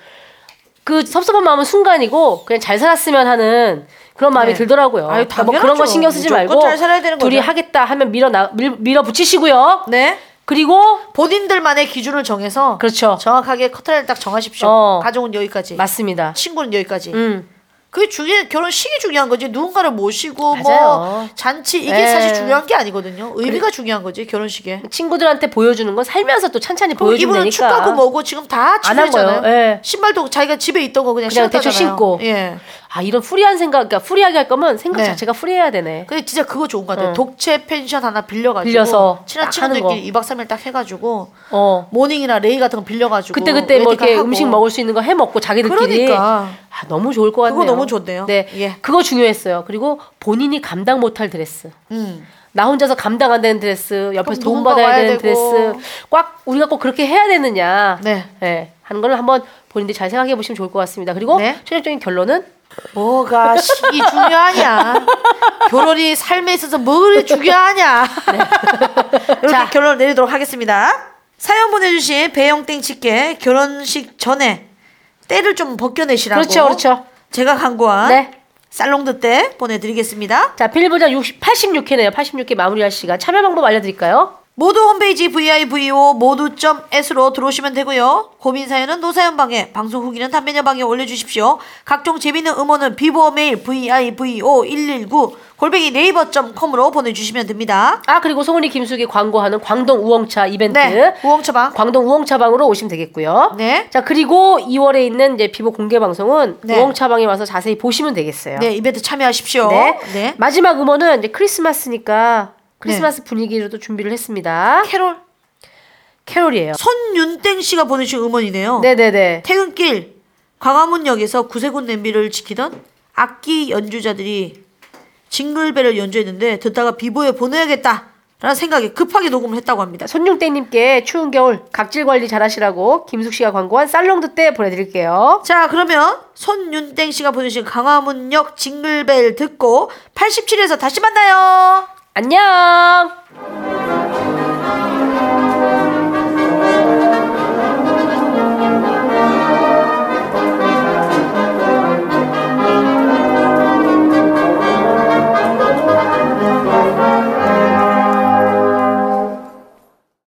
그 섭섭한 마음은 순간이고 그냥 잘 살았으면 하는 그런 마음이
네.
들더라고요.
아유,
그러니까 뭐 그런 거
당연하죠.
신경 쓰지
무조건
말고
잘 살아야 되는
둘이
거죠.
하겠다 하면 밀어 나 밀, 밀어 붙이시고요.
네.
그리고
본인들만의 기준을 정해서
그렇죠.
정확하게 커트라인을 딱 정하십시오.
어.
가족은 여기까지.
맞습니다.
친구는 여기까지.
음.
그게 중요 결혼식이 중요한 거지 누군가를 모시고
맞아요.
뭐 잔치 이게
네.
사실 중요한 게 아니거든요. 의미가 중요한 거지 결혼식에.
친구들한테 보여주는 건 살면서 또 찬찬히
그럼
보여주면
어, 이분은
되니까.
축가고 뭐고 지금 다
안한
지냈잖아요.
거예요. 예.
신발도 자기가 집에 있던 거 그냥,
그냥 대충
신었다잖아요.
신고.
예.
아 이런 프리한 생각, 그러니까 프리하게 할 거면 생각
네.
자체가 프리해야 되네.
근데 진짜 그거 좋은 것 같아요.
어.
독채 펜션 하나 빌려가지고
빌려서
친한
딱 하는
친구들끼리 2박 3일 딱 해가지고
어.
모닝이나 레이 같은 거 빌려가지고
그때 그때 뭐 이렇게
웨딩 하고.
음식 먹을 수 있는 거 해 먹고 자기들끼리.
그러니까.
아 너무 좋을 것 같네요.
그거 너무 좋네요.
네,
예.
그거 중요했어요. 그리고 본인이 감당 못할 드레스.
음.
나 혼자서 감당 안 되는 드레스, 옆에서
그럼
도움
누군가
받아야
와야
되는
되고.
드레스, 꽉 우리가 꼭 그렇게 해야 되느냐,
네.
예, 하는 거를 한번 본인들이 잘 생각해 보시면 좋을 것 같습니다. 그리고
네.
최종적인 결론은
뭐가 식이 중요하냐? 결혼이 삶에 있어서 뭐 그리 중요하냐? 네. 이렇게 결론을 내리도록 하겠습니다. 사연 보내주신 배영땡 치께 결혼식 전에 때를 좀 벗겨내시라고.
그렇죠, 그렇죠.
제가 광고한
네.
살롱드 때 보내드리겠습니다.
자, 빌보장 60, 86회네요. 86회 마무리할 시간. 참여 방법 알려드릴까요?
모두 홈페이지 vivo 모두.s로 들어오시면 되고요. 고민 사연은 노사연 방에, 방송 후기는 담배녀 방에 올려주십시오. 각종 재미있는 음원은 비보 메일 vivo 119 골뱅이 네이버.com으로 보내주시면 됩니다.
아, 그리고 송은이 김숙이 광고하는 광동 우엉차 이벤트.
네, 우엉처방.
광동 우엉차방으로 오시면 되겠고요.
네.
자, 그리고 2월에 있는 이제 비보 공개 방송은
네.
우엉차방에 와서 자세히 보시면 되겠어요.
네, 이벤트 참여하십시오.
네.
네.
마지막 음원은 이제 크리스마스니까 크리스마스 분위기로 또 준비를 했습니다.
캐롤
캐롤이에요.
손윤땡 씨가 보내주신 음원이네요.
네네네.
퇴근길 광화문역에서 구세군 냄비를 지키던 악기 연주자들이 징글벨을 연주했는데 듣다가 비보에 보내야겠다라는 생각에 급하게 녹음을 했다고 합니다.
손룡땡님께 추운 겨울 각질 관리 잘하시라고 김숙 씨가 광고한 살롱드 때 보내드릴게요.
자 그러면 손윤땡 씨가 보내주신 광화문역 징글벨 듣고 87에서 다시 만나요.
안녕.